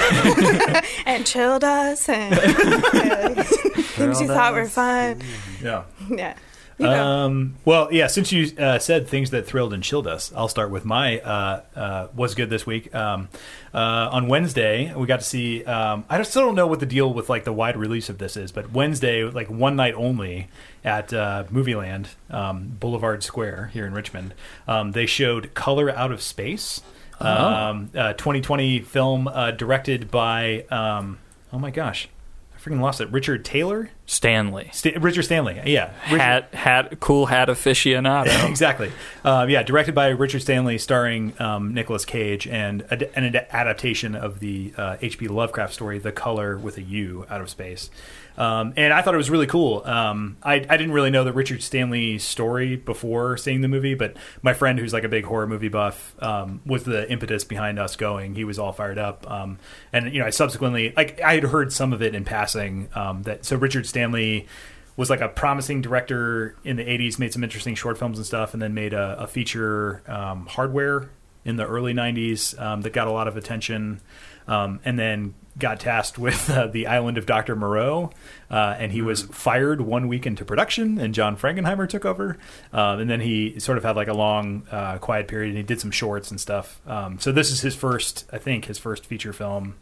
S4: and chilled us and yeah, things you thought were fun.
S1: Yeah.
S4: Yeah. You know.
S1: Um, well, yeah. Since you uh, said things that thrilled and chilled us, I'll start with my uh, uh, was good this week. Um, uh, on Wednesday, we got to see. Um, I still don't know what the deal with like the wide release of this is, but Wednesday, like one night only at uh, Movieland um, Boulevard Square here in Richmond, um, they showed Color Out of Space, um, uh, 2020 film uh, directed by. Um, oh my gosh, I freaking lost it. Richard Taylor,
S2: Stanley.
S1: Sta Richard Stanley. Yeah, Richard-
S2: Hat, hat, cool hat aficionado.
S1: exactly. Uh, yeah, directed by Richard Stanley, starring um, Nicolas Cage, and ad- and an adaptation of the uh, H.P. Lovecraft story, The Color with a U, Out of Space. Um, and I thought it was really cool. Um, I, I didn't really know the Richard Stanley story before seeing the movie, but my friend, who's like a big horror movie buff, um, was the impetus behind us going. He was all fired up. Um, and, you know, I subsequently, like, I had heard some of it in passing. Um, that So Richard Stanley was like a promising director in the 80s made some interesting short films and stuff and then made a, a feature um, hardware in the early 90s um, that got a lot of attention um, and then got tasked with uh, the Island of Doctor Moreau, uh, and he was fired one week into production, and John Frankenheimer took over, um, and then he sort of had like a long uh, quiet period, and he did some shorts and stuff. Um, so this is his first, I think, his first feature film.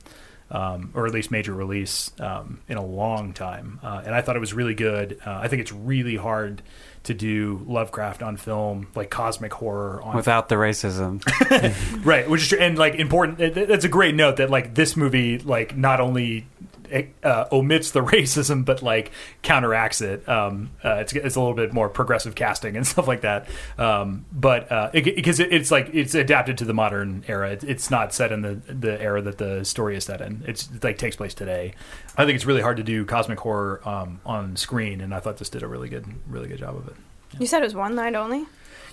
S1: Um, or at least major release um, in a long time, uh, and I thought it was really good. Uh, I think it's really hard to do Lovecraft on film, like cosmic horror on
S5: without the racism.
S1: right which is true and like important th- th- that's a great note that like this movie like not only uh, omits the racism but like counteracts it um uh, it's, it's a little bit more progressive casting and stuff like that um but uh because it, it's like it's adapted to the modern era it, it's not set in the the era that the story is set in it's it, like takes place today i think it's really hard to do cosmic horror um on screen and i thought this did a really good really good job of it
S4: You said it was one night only.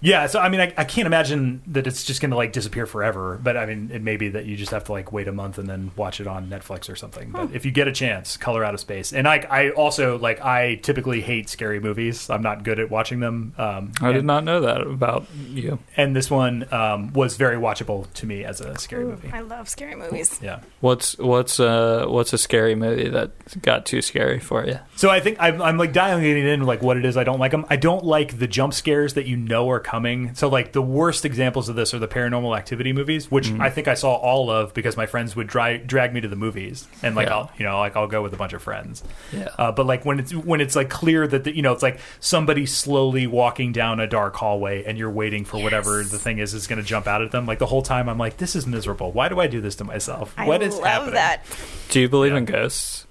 S1: yeah, so I mean, I, I can't imagine that it's just going to like disappear forever. But I mean, it may be that you just have to like wait a month and then watch it on Netflix or something. But if you get a chance, Color Out of Space. And I, I also like I typically hate scary movies. I'm not good at watching them. Um,
S7: I did
S1: and,
S7: not know that about you.
S1: And this one um, was very watchable to me as a scary movie.
S4: I love scary movies.
S1: Yeah.
S7: What's what's uh what's a scary movie that got too scary for you?
S1: So I think I'm, I'm like dialing it in like what it is I don't like them. I don't like the jump scares that you know are coming. So like the worst examples of this are the Paranormal Activity movies, which
S7: Mm-hmm.
S1: I think I saw all of because my friends would dry, drag me to the movies, and like
S7: Yeah.
S1: I'll you know like I'll go with a bunch of friends.
S7: Yeah.
S1: Uh, but like when it's when it's like clear that the, you know it's like somebody slowly walking down a dark hallway and you're waiting for whatever the thing is is going to jump out at them. Like the whole time I'm like this is miserable. Why do I do this to myself?
S4: I
S1: what is
S4: love
S1: happening?
S4: that.
S7: Do you believe in ghosts?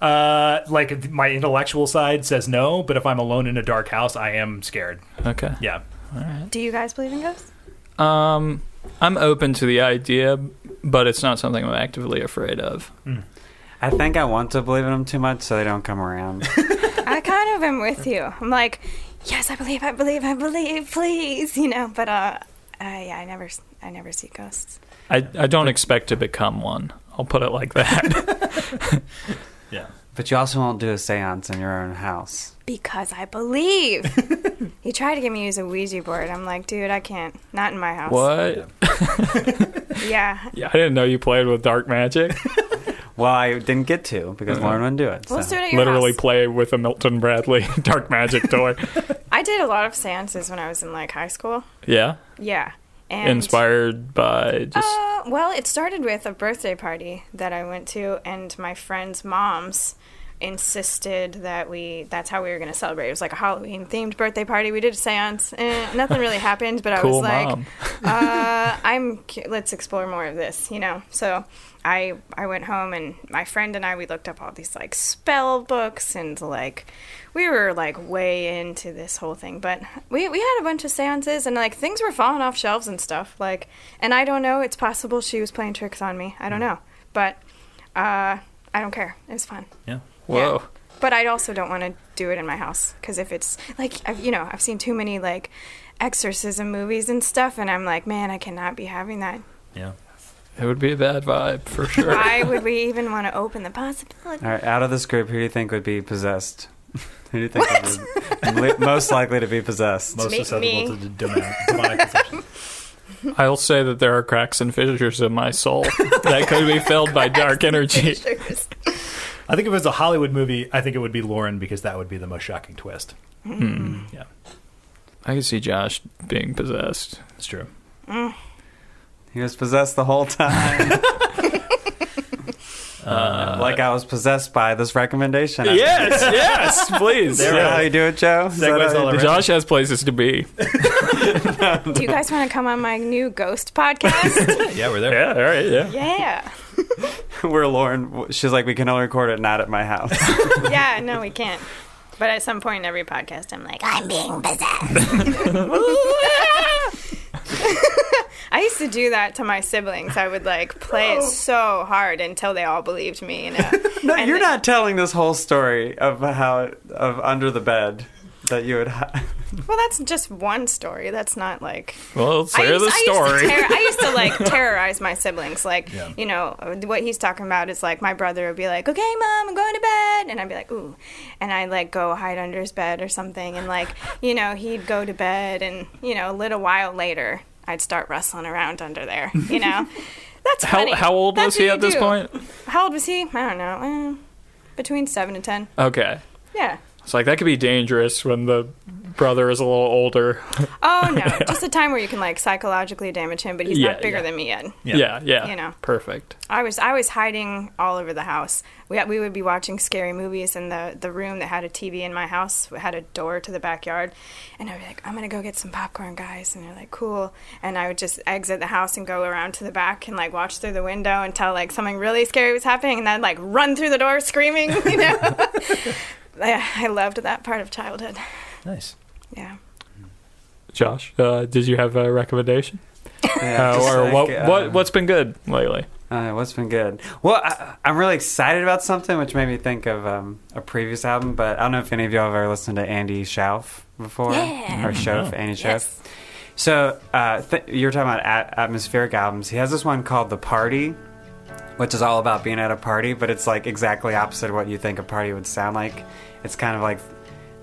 S1: Uh, like my intellectual side says no, but if I'm alone in a dark house, I am scared.
S7: Okay.
S1: Yeah.
S4: Do you guys believe in ghosts?
S7: Um, I'm open to the idea, but it's not something I'm actively afraid of.
S5: I think I want to believe in them too much so they don't come around.
S4: I kind of am with you. I'm like, yes, I believe, I believe, I believe, please, you know. But uh, uh yeah, I never, I never see ghosts.
S7: I I don't expect to become one. I'll put it like that.
S1: Yeah.
S5: but you also won't do a séance in your own house.
S4: Because I believe. he tried to get me to use a Ouija board. I'm like, dude, I can't. Not in my house.
S7: what?
S4: Yeah.
S7: Yeah, I didn't know you played with dark magic.
S5: Well, I didn't get to because
S2: Uh-huh.
S5: Lauren wouldn't do it.
S4: We'll do
S5: so.
S4: it at your
S7: Literally
S4: house.
S7: play with a Milton Bradley dark magic toy.
S4: I did a lot of seances when I was in like high school.
S7: yeah.
S4: Yeah. And
S7: Inspired by just
S4: Uh, well, it started with a birthday party that I went to, and my friend's mom's insisted that we that's how we were going to celebrate it was like a halloween themed birthday party we did a seance and nothing really happened but i
S7: cool
S4: was like
S7: mom.
S4: uh, i'm cu- let's explore more of this you know so i i went home and my friend and i we looked up all these like spell books and like we were like way into this whole thing but we we had a bunch of seances and like things were falling off shelves and stuff like and i don't know it's possible she was playing tricks on me i
S7: Hmm.
S4: don't know but uh i don't care it was fun
S1: Yeah.
S7: Whoa.
S4: but I also don't want to do it in my house because if it's like I've, you know I've seen too many like exorcism movies and stuff, and I'm like, man, I cannot be having that.
S1: Yeah.
S7: It would be a bad vibe for sure.
S4: Why would we even want to open the possibility?
S5: All right, out of this group, who do you think would be possessed? who do you think would be li- most likely to be possessed?
S1: Most
S4: Make me.
S1: susceptible to d- demonic, demonic possession.
S7: I'll say that there are cracks and fissures in my soul that could be filled by dark energy.
S1: I think if it was a Hollywood movie, I think it would be Lauren because that would be the most shocking twist. Yeah.
S7: I can see Josh being possessed.
S1: It's true.
S5: He was possessed the whole time.
S2: Uh,
S5: like I was possessed by this recommendation.
S7: Yes, yes, please.
S5: Is that how you do it, Joe? Is that
S1: Segues
S5: how you
S1: all
S5: do-
S7: Josh has places to be.
S4: Do you guys want to come on my new ghost podcast?
S1: Yeah, we're there.
S7: Yeah, all right, yeah.
S4: yeah,
S5: Where Lauren, she's like, we can only record it not at my house.
S4: yeah. No, we can't. But at some point in every podcast, I'm like, I'm being possessed. I used to do that to my siblings. I would like play it so hard until they all believed me. You know.
S5: no,
S4: And
S5: you're
S4: the-
S5: not telling this whole story of how of under the bed that you would. Ha-
S2: Oh,
S4: Well, that's just one story. That's not like
S7: Well, let's hear
S4: used,
S7: the
S4: I used, to
S7: story.
S4: terror- I used to like terrorize my siblings. Like,
S1: Yeah.
S4: you know, what he's talking about is like my brother would be like, "Okay, mom, I'm going to bed," and I'd be like, "Ooh," and I'd like go hide under his bed or something, and like, you know, he'd go to bed, and you know, a little while later, I'd start rustling around under there, you know. That's
S2: How,
S4: funny.
S2: how old
S4: That's
S2: was he
S4: what
S2: at
S4: you
S2: this
S4: do.
S2: point?
S4: How old was he? I don't know. Eh, between seven and ten.
S2: Okay.
S4: Yeah.
S2: It's like that could be dangerous when the brother is a little older.
S4: Oh no, just a time where you can like psychologically damage him, but he's
S2: Yeah,
S4: not bigger
S2: yeah.
S4: than me yet.
S2: Yeah, yeah.
S4: You know.
S2: Perfect.
S4: I was I was hiding all over the house. We we would be watching scary movies in the the room that had a TV in my house had a door to the backyard, and I'd be like, I'm gonna go get some popcorn, guys, and they're like, cool, and I would just exit the house and go around to the back and like watch through the window until like something really scary was happening, and then like run through the door screaming. You know, I, I loved that part of childhood.
S1: Nice.
S4: Yeah.
S2: Josh, uh, did you have a recommendation?
S5: Yeah,
S2: Uh,
S5: just
S2: or
S5: like,
S2: what,
S5: uh,
S2: what, what's been good lately?
S5: Uh, what's been good? Well, I, I'm really excited about something, which made me think of um, a previous album. But I don't know if any of y'all have ever listened to Andy Schauf before,
S4: Yeah.
S5: or Schauf, Andy Schauf.
S4: Yes.
S5: So uh, th- you were talking about at- atmospheric albums. He has this one called The Party, which is all about being at a party, but it's like exactly opposite of what you think a party would sound like. It's kind of like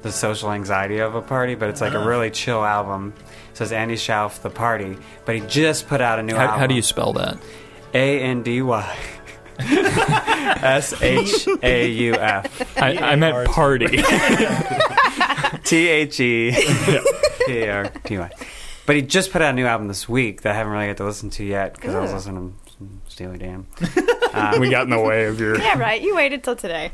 S5: the social anxiety of a party, but it's like
S9: Uh-huh.
S5: a really chill album. So it's Andy Schauf, The Party, but he just put out a new
S9: How,
S5: album.
S9: how do you spell that?
S5: A N D Y. S H A U F.
S2: I, I meant party.
S5: T H E P E R T Y. But he just put out a new album this week that I haven't really got to listen to yet because I was listening to some Steely Dan.
S2: we got in the way of your.
S4: Yeah. Right. You waited till today.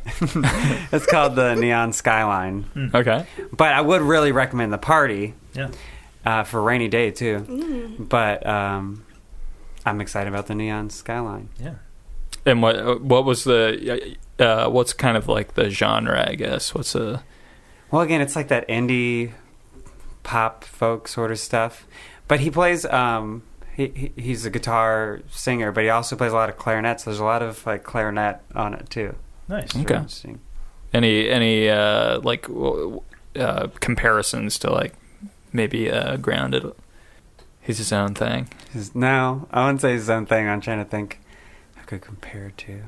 S5: It's called The Neon Skyline.
S2: Okay.
S5: But I would really recommend The Party
S1: Yeah.
S5: uh, for Rainy Day, too. But um, I'm excited about The Neon Skyline.
S1: Yeah.
S2: And what uh, what was the uh, what's kind of like the genre? I guess what's a
S5: Well, again, it's like that indie pop folk sort of stuff. But he plays. Um, he, he he's a guitar singer, but he also plays a lot of clarinet. So there's a lot of like clarinet on it too.
S1: Nice.
S5: It's
S2: Okay.
S5: really interesting.
S2: any any uh, like w- w- uh, comparisons to like maybe uh, grounded. He's his own thing.
S5: He's, no, I wouldn't say his own thing. I'm trying to think. I could compare it to.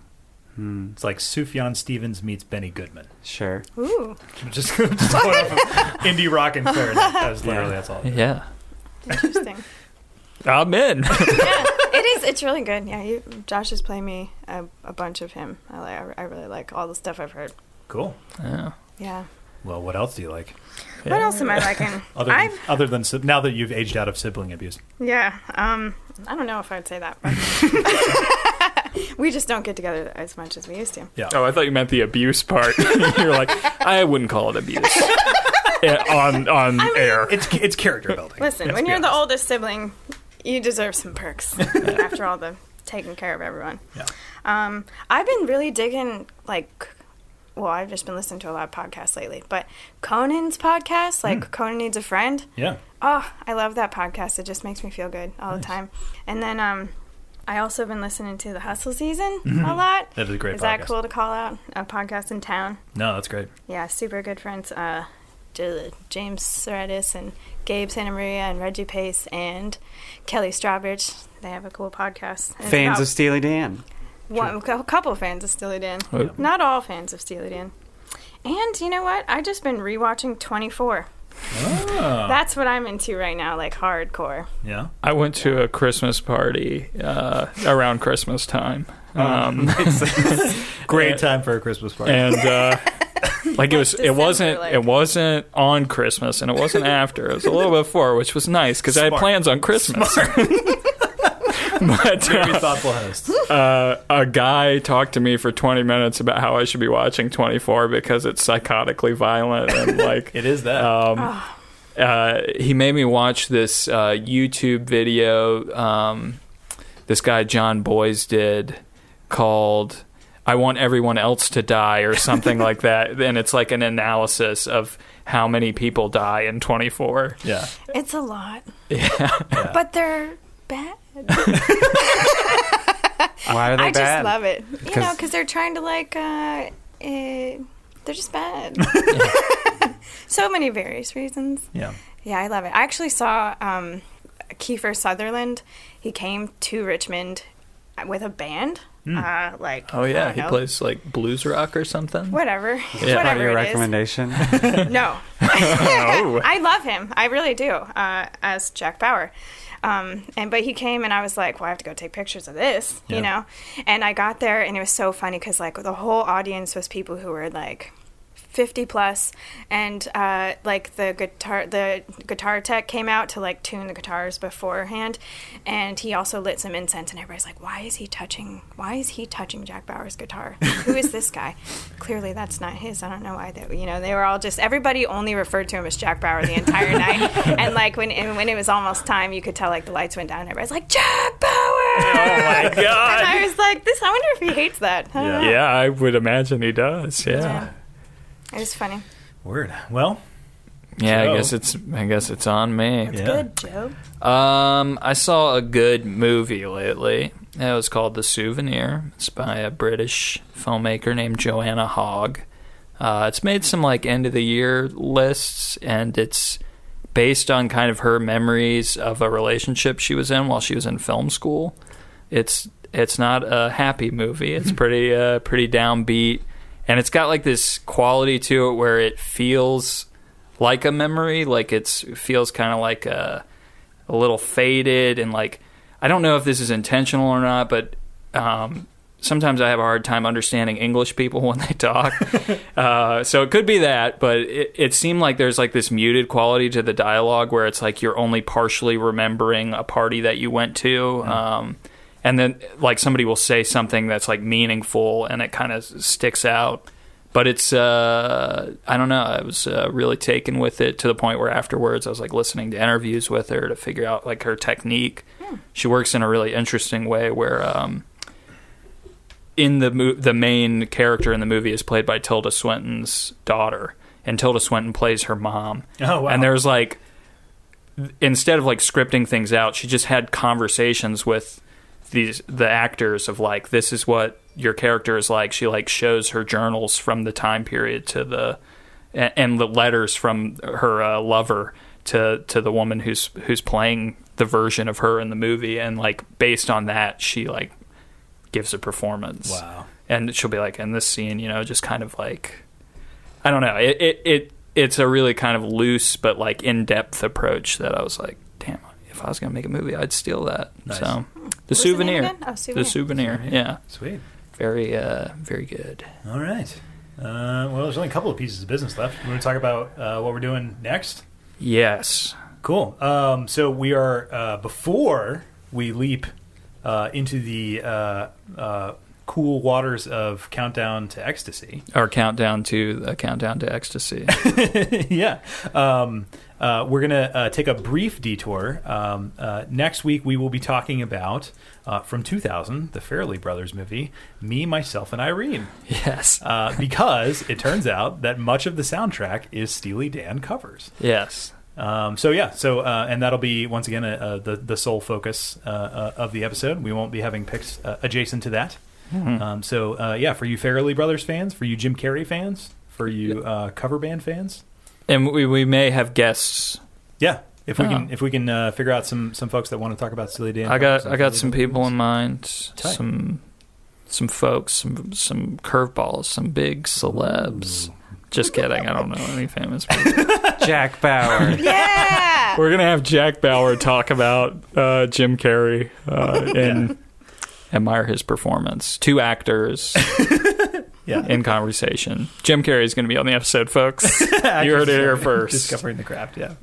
S5: Hmm.
S1: It's like Sufjan Stevens meets Benny Goodman.
S5: Sure.
S4: Ooh.
S1: I'm just, I'm just going off of indie rock and clarinet. That was literally
S5: Yeah.
S1: that's all.
S2: Yeah,
S4: Interesting.
S2: I'm in.
S4: it is. It's really good. Yeah, you, Josh has played me a, a bunch of him. I like. I really like all the stuff I've heard.
S1: Cool.
S2: yeah.
S4: Yeah.
S1: Well, what else do you like?
S4: What else am I liking?
S1: Other than,
S4: I've-
S1: other than si- now that you've aged out of sibling abuse.
S4: Yeah. Um. I don't know if I'd say that. But we just don't get together as much as we used to.
S2: Oh, I thought you meant the abuse part. You're like, I wouldn't call it abuse Eh, on on air.
S1: It's it's character building.
S4: Listen,
S1: Let's
S4: when
S1: be
S4: you're the
S1: honest.
S4: oldest sibling, you deserve some perks after all the taking care of everyone.
S1: Yeah.
S4: Um, I've been really digging like well, I've just been listening to a lot of podcasts lately, but Conan's podcast, like
S1: Hmm.
S4: Conan Needs a Friend.
S1: Yeah.
S4: Oh, I love that podcast. It just makes me feel good all the time. And then um, I also been listening to the Hustle Season a lot.
S1: Mm-hmm. That is a great
S4: Is that
S1: podcast.
S4: cool to call out a podcast in town?
S1: No, that's great.
S4: Yeah, super good friends. Uh, J- James Seredis and Gabe Santa Maria and Reggie Pace and Kelly Strawbridge. They have a cool podcast. And it's
S5: Fans
S4: about
S5: of Steely Dan.
S4: one, a couple fans of Steely Dan.
S2: Oh.
S4: Not all fans of Steely Dan. And you know what? I just been rewatching 24.
S1: Ah.
S4: That's what I'm into right now, like hardcore.
S1: Yeah.
S2: I went to a Christmas party uh, around Christmas time. Um,
S1: Great
S2: And-
S1: time for a Christmas party.
S2: and uh, like it was
S4: December,
S2: it wasn't
S4: like.
S2: it wasn't on christmas and it wasn't after it was a little before which was nice because i had
S1: Smart.
S2: plans on christmas but
S1: Very
S2: uh,
S1: thoughtful host.
S2: uh, a guy talked to me for 20 minutes about how i should be watching 24 because it's psychotically violent and like
S1: It is that.
S2: um, uh, he made me watch this uh, YouTube video. Um, this guy John Boys did called "I Want Everyone Else to Die" or something like that, and it's like an analysis of how many people die in 24.
S1: yeah.
S4: It's a lot. But they're bad.
S5: Why are they
S4: I
S5: bad?
S4: just love it. You know,
S5: Because-
S4: because they're trying to like, uh, eh, they're just bad. so many various reasons.
S1: Yeah.
S4: Yeah, I love it. I actually saw um, Kiefer Sutherland. He came to Richmond with a band.
S5: Hmm.
S4: Uh, like
S2: Oh
S4: I
S2: yeah,
S4: don't
S2: he
S4: know.
S2: plays like blues rock or something.
S4: whatever.
S5: Part of
S4: whatever
S5: your
S4: it is.
S5: recommendation.
S4: No. I love him. I really do. Uh, as Jack Bauer. Um, and but he came and I was like, well, I have to go take pictures of this,
S1: Yeah.
S4: you know. And I got there and it was so funny because like the whole audience was people who were like 50 plus and uh, like the guitar the guitar tech came out to like tune the guitars beforehand and he also lit some incense and everybody's like why is he touching why is he touching jack bauer's guitar who is this guy clearly that's not his i don't know why they you know they were all just everybody only referred to him as jack bauer the entire night and like when and when it was almost time you could tell like the lights went down and everybody's like jack bauer
S2: Oh my
S4: and
S2: god.
S4: i was like this i wonder if he hates that I don't know.
S7: Yeah, I would imagine he does. Yeah.
S4: Yeah. it was funny
S1: Word. Well,
S2: Yeah,
S1: Joe.
S2: I guess it's I guess it's on me.
S1: yeah.
S4: good joe
S2: Um, I saw a good movie lately. It was called The Souvenir. It's by a British filmmaker named Joanna Hogg. Uh, it's made some like end of the year lists, and it's based on kind of her memories of a relationship she was in while she was in film school. It's it's not a happy movie. It's pretty uh, pretty downbeat, and it's got like this quality to it where it feels like a memory. Like it's it feels kind of like a a little faded and like I don't know if this is intentional or not, but um, sometimes I have a hard time understanding English people when they talk. uh, so it could be that, but it, it seemed like there's like this muted quality to the dialogue where it's like you're only partially remembering a party that you went to. Um, and then like somebody will say something that's like meaningful and it kind of sticks out but it's uh, I don't know. I was uh, really taken with it to the point where afterwards I was like listening to interviews with her to figure out like her technique. She works in a really interesting way where um, in the mo- the main character in the movie is played by Tilda Swinton's daughter, and Tilda Swinton plays her mom.
S1: Oh, wow.
S2: And there's like th- instead of like scripting things out, she just had conversations with these the actors of like this is what your character is like. She like shows her journals from the time period to the a- and the letters from her uh, lover to to the woman who's who's playing the version of her in the movie and like based on that she like gives a performance.
S1: Wow.
S2: And she'll be like, in this scene, you know, just kind of like, I don't know. It it, it it's a really kind of loose but like in depth approach that I was like, damn, if I was gonna make a movie, I'd steal that.
S1: Nice.
S2: So the
S4: What's the name
S2: souvenir,
S4: again? Oh, Souvenir.
S2: the souvenir, yeah,
S1: Sweet.
S2: very uh, very good.
S1: All right. Uh, well, there's only a couple of pieces of business left. We want to talk about uh, what we're doing next.
S2: Yes,
S1: Cool. Um, so we are uh, before we leap uh, into the uh, uh, cool waters of Countdown to Ecstasy.
S2: our countdown to the countdown to ecstasy.
S1: yeah. Um, uh, we're going to uh, take a brief detour. Um, uh, next week, we will be talking about, uh, from 2000, the Fairley Brothers movie, Me, Myself, and Irene.
S2: yes,
S1: Uh, because it turns out that much of the soundtrack is Steely Dan covers.
S2: yes.
S1: Um, so yeah, so uh, and that'll be once again uh, uh, the the sole focus uh, uh, of the episode. We won't be having picks uh, adjacent to that. Um, so uh, yeah, for you Farrelly Brothers fans, for you Jim Carrey fans, for you uh, cover band fans,
S2: And we we may have guests.
S1: yeah. If we can
S2: Oh.
S1: if we can uh, figure out some some folks that want to talk about Steely Dan,
S2: I got
S1: covers,
S2: I got
S1: uh,
S2: some people in mind.
S1: Tight.
S2: Some some folks, some some curveballs, some big celebs. Just kidding. I don't know any famous people.
S5: Jack Bauer.
S4: yeah
S7: We're gonna have Jack Bauer talk about uh, Jim Carrey uh, in
S2: Admire his performance. Two actors
S1: yeah.
S2: in conversation. Jim Carrey's going to be on the episode, folks.
S1: Actually,
S2: heard it here
S1: sorry.
S2: first.
S1: Discovering the craft, yeah.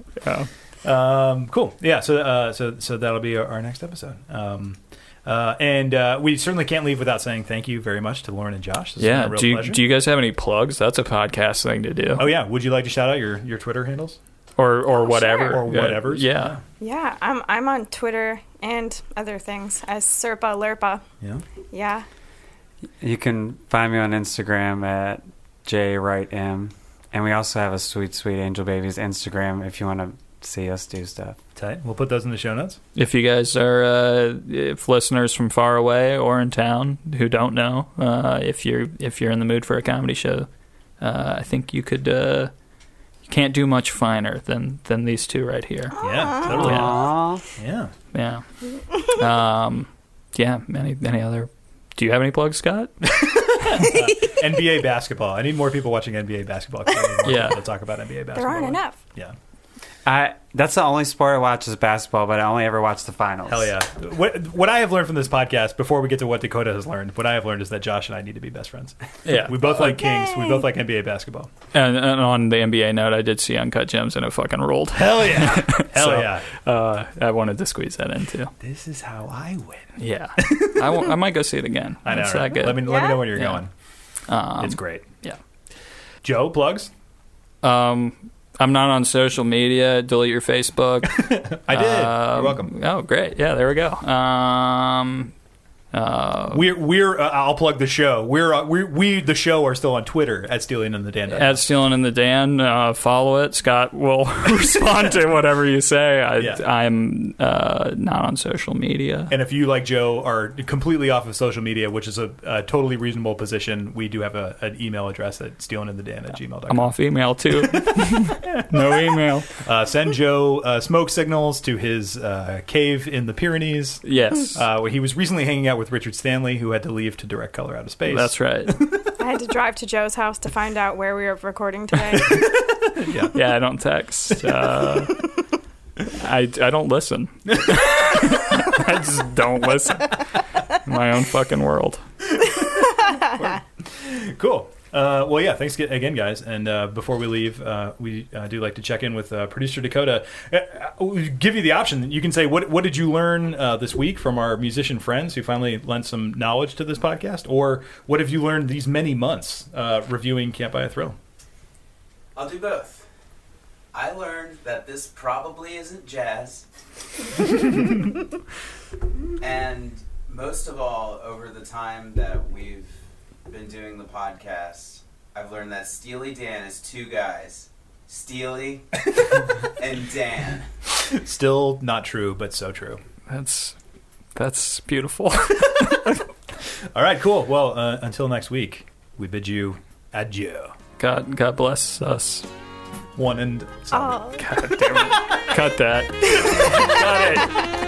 S1: Um, cool. Yeah. So uh, so so that'll be our, our next episode. Um, uh, and uh, we certainly can't leave without saying thank you very much to Lauren and Josh. This has been
S2: yeah.
S1: a real
S2: Do you,
S1: pleasure.
S2: do you guys have any plugs? That's a podcast thing to do,
S1: Oh yeah, would you like to shout out your your Twitter handles?
S2: or or whatever,
S1: Or
S2: Yeah.
S1: whatevers.
S2: Yeah.
S4: yeah i'm i'm on twitter and other things as serpa lerpa
S1: Yeah.
S4: yeah
S5: You can find me on Instagram at jwritem, and we also have a sweet, sweet Angel Babies Instagram if you want to see us do stuff.
S1: Tight. We'll put those in the show notes.
S2: If you guys are, uh, if listeners from far away or in town who don't know, uh, if you're if you're in the mood for a comedy show, uh, I think you could. Uh, you can't do much finer than than these two right here.
S1: Yeah, totally.
S2: Yeah.
S5: Aww.
S1: Yeah.
S2: Yeah. um, yeah. Any any other? Do you have any plugs, Scott?
S1: NBA basketball. I need more people watching NBA basketball. 'cause I need more
S2: Yeah.
S1: people to talk about NBA basketball.
S4: there aren't enough
S1: Yeah.
S5: I that's the only sport I watch is basketball, but I only ever watch the finals.
S1: Hell yeah. What, what I have learned from this podcast, before we get to what Dakota has learned, what I have learned is that Josh and I need to be best friends.
S2: Yeah.
S1: We both like Kings. We both like NBA basketball.
S2: And, and on the NBA note, I did see Uncut Gems and it fucking ruled.
S1: Hell yeah. Hell
S2: So,
S1: yeah.
S2: Uh, I wanted to squeeze that in too.
S1: This is how I win.
S2: Yeah. I, wa- I might go see it again.
S1: I know.
S2: It's
S1: right?
S2: that good.
S1: Let me let me
S4: Yeah?
S1: know when you're
S2: Yeah.
S1: going. it's great.
S2: yeah.
S1: Joe plugs.
S2: Um, I'm not on social media. Delete your Facebook.
S1: I did.
S2: Um,
S1: you're welcome.
S2: Oh, great. Yeah, there we go. Um,
S1: We're we're uh, I'll plug the show. We're uh, we we the show are still on Twitter at Stealing and the Dan.
S2: at Stealing in the Dan, uh, follow it. Scott will respond to whatever you say. I,
S1: Yeah.
S2: I'm uh, not on social media.
S1: And if you like Joe are completely off of social media, which is a, a totally reasonable position, we do have a, an email address at stealingandthedan at
S2: I'm
S1: gmail.com.
S2: off email too. no email.
S1: Uh, send Joe uh, smoke signals to his uh, cave in the Pyrenees.
S2: Yes.
S1: Uh, where he was recently hanging out with Richard Stanley, who had to leave to direct Color Out of Space.
S2: That's right.
S4: I had to drive to Joe's house to find out where we were recording today.
S2: Yeah, I don't text. Uh, I, I don't listen. I just don't listen. My own fucking world.
S1: Cool. Uh, well, yeah. Thanks ga- again, guys. And uh, before we leave, uh, we uh, do like to check in with uh, producer Dakota. Uh, Uh, we give you the option. You can say what What did you learn uh, this week from our musician friends who finally lent some knowledge to this podcast, or what have you learned these many months uh, reviewing Can't Buy a Thrill?
S6: I'll do both. I learned that this probably isn't jazz. and most of all, over the time that we've been doing the podcast, I've learned that Steely Dan is two guys Steely and Dan.
S1: Still not true, but so true.
S2: That's that's beautiful.
S1: All right. Cool. Well, uh, until next week, we bid you adieu.
S2: God God bless us.
S1: One and solid.
S4: Oh.
S2: Cut that. Got it.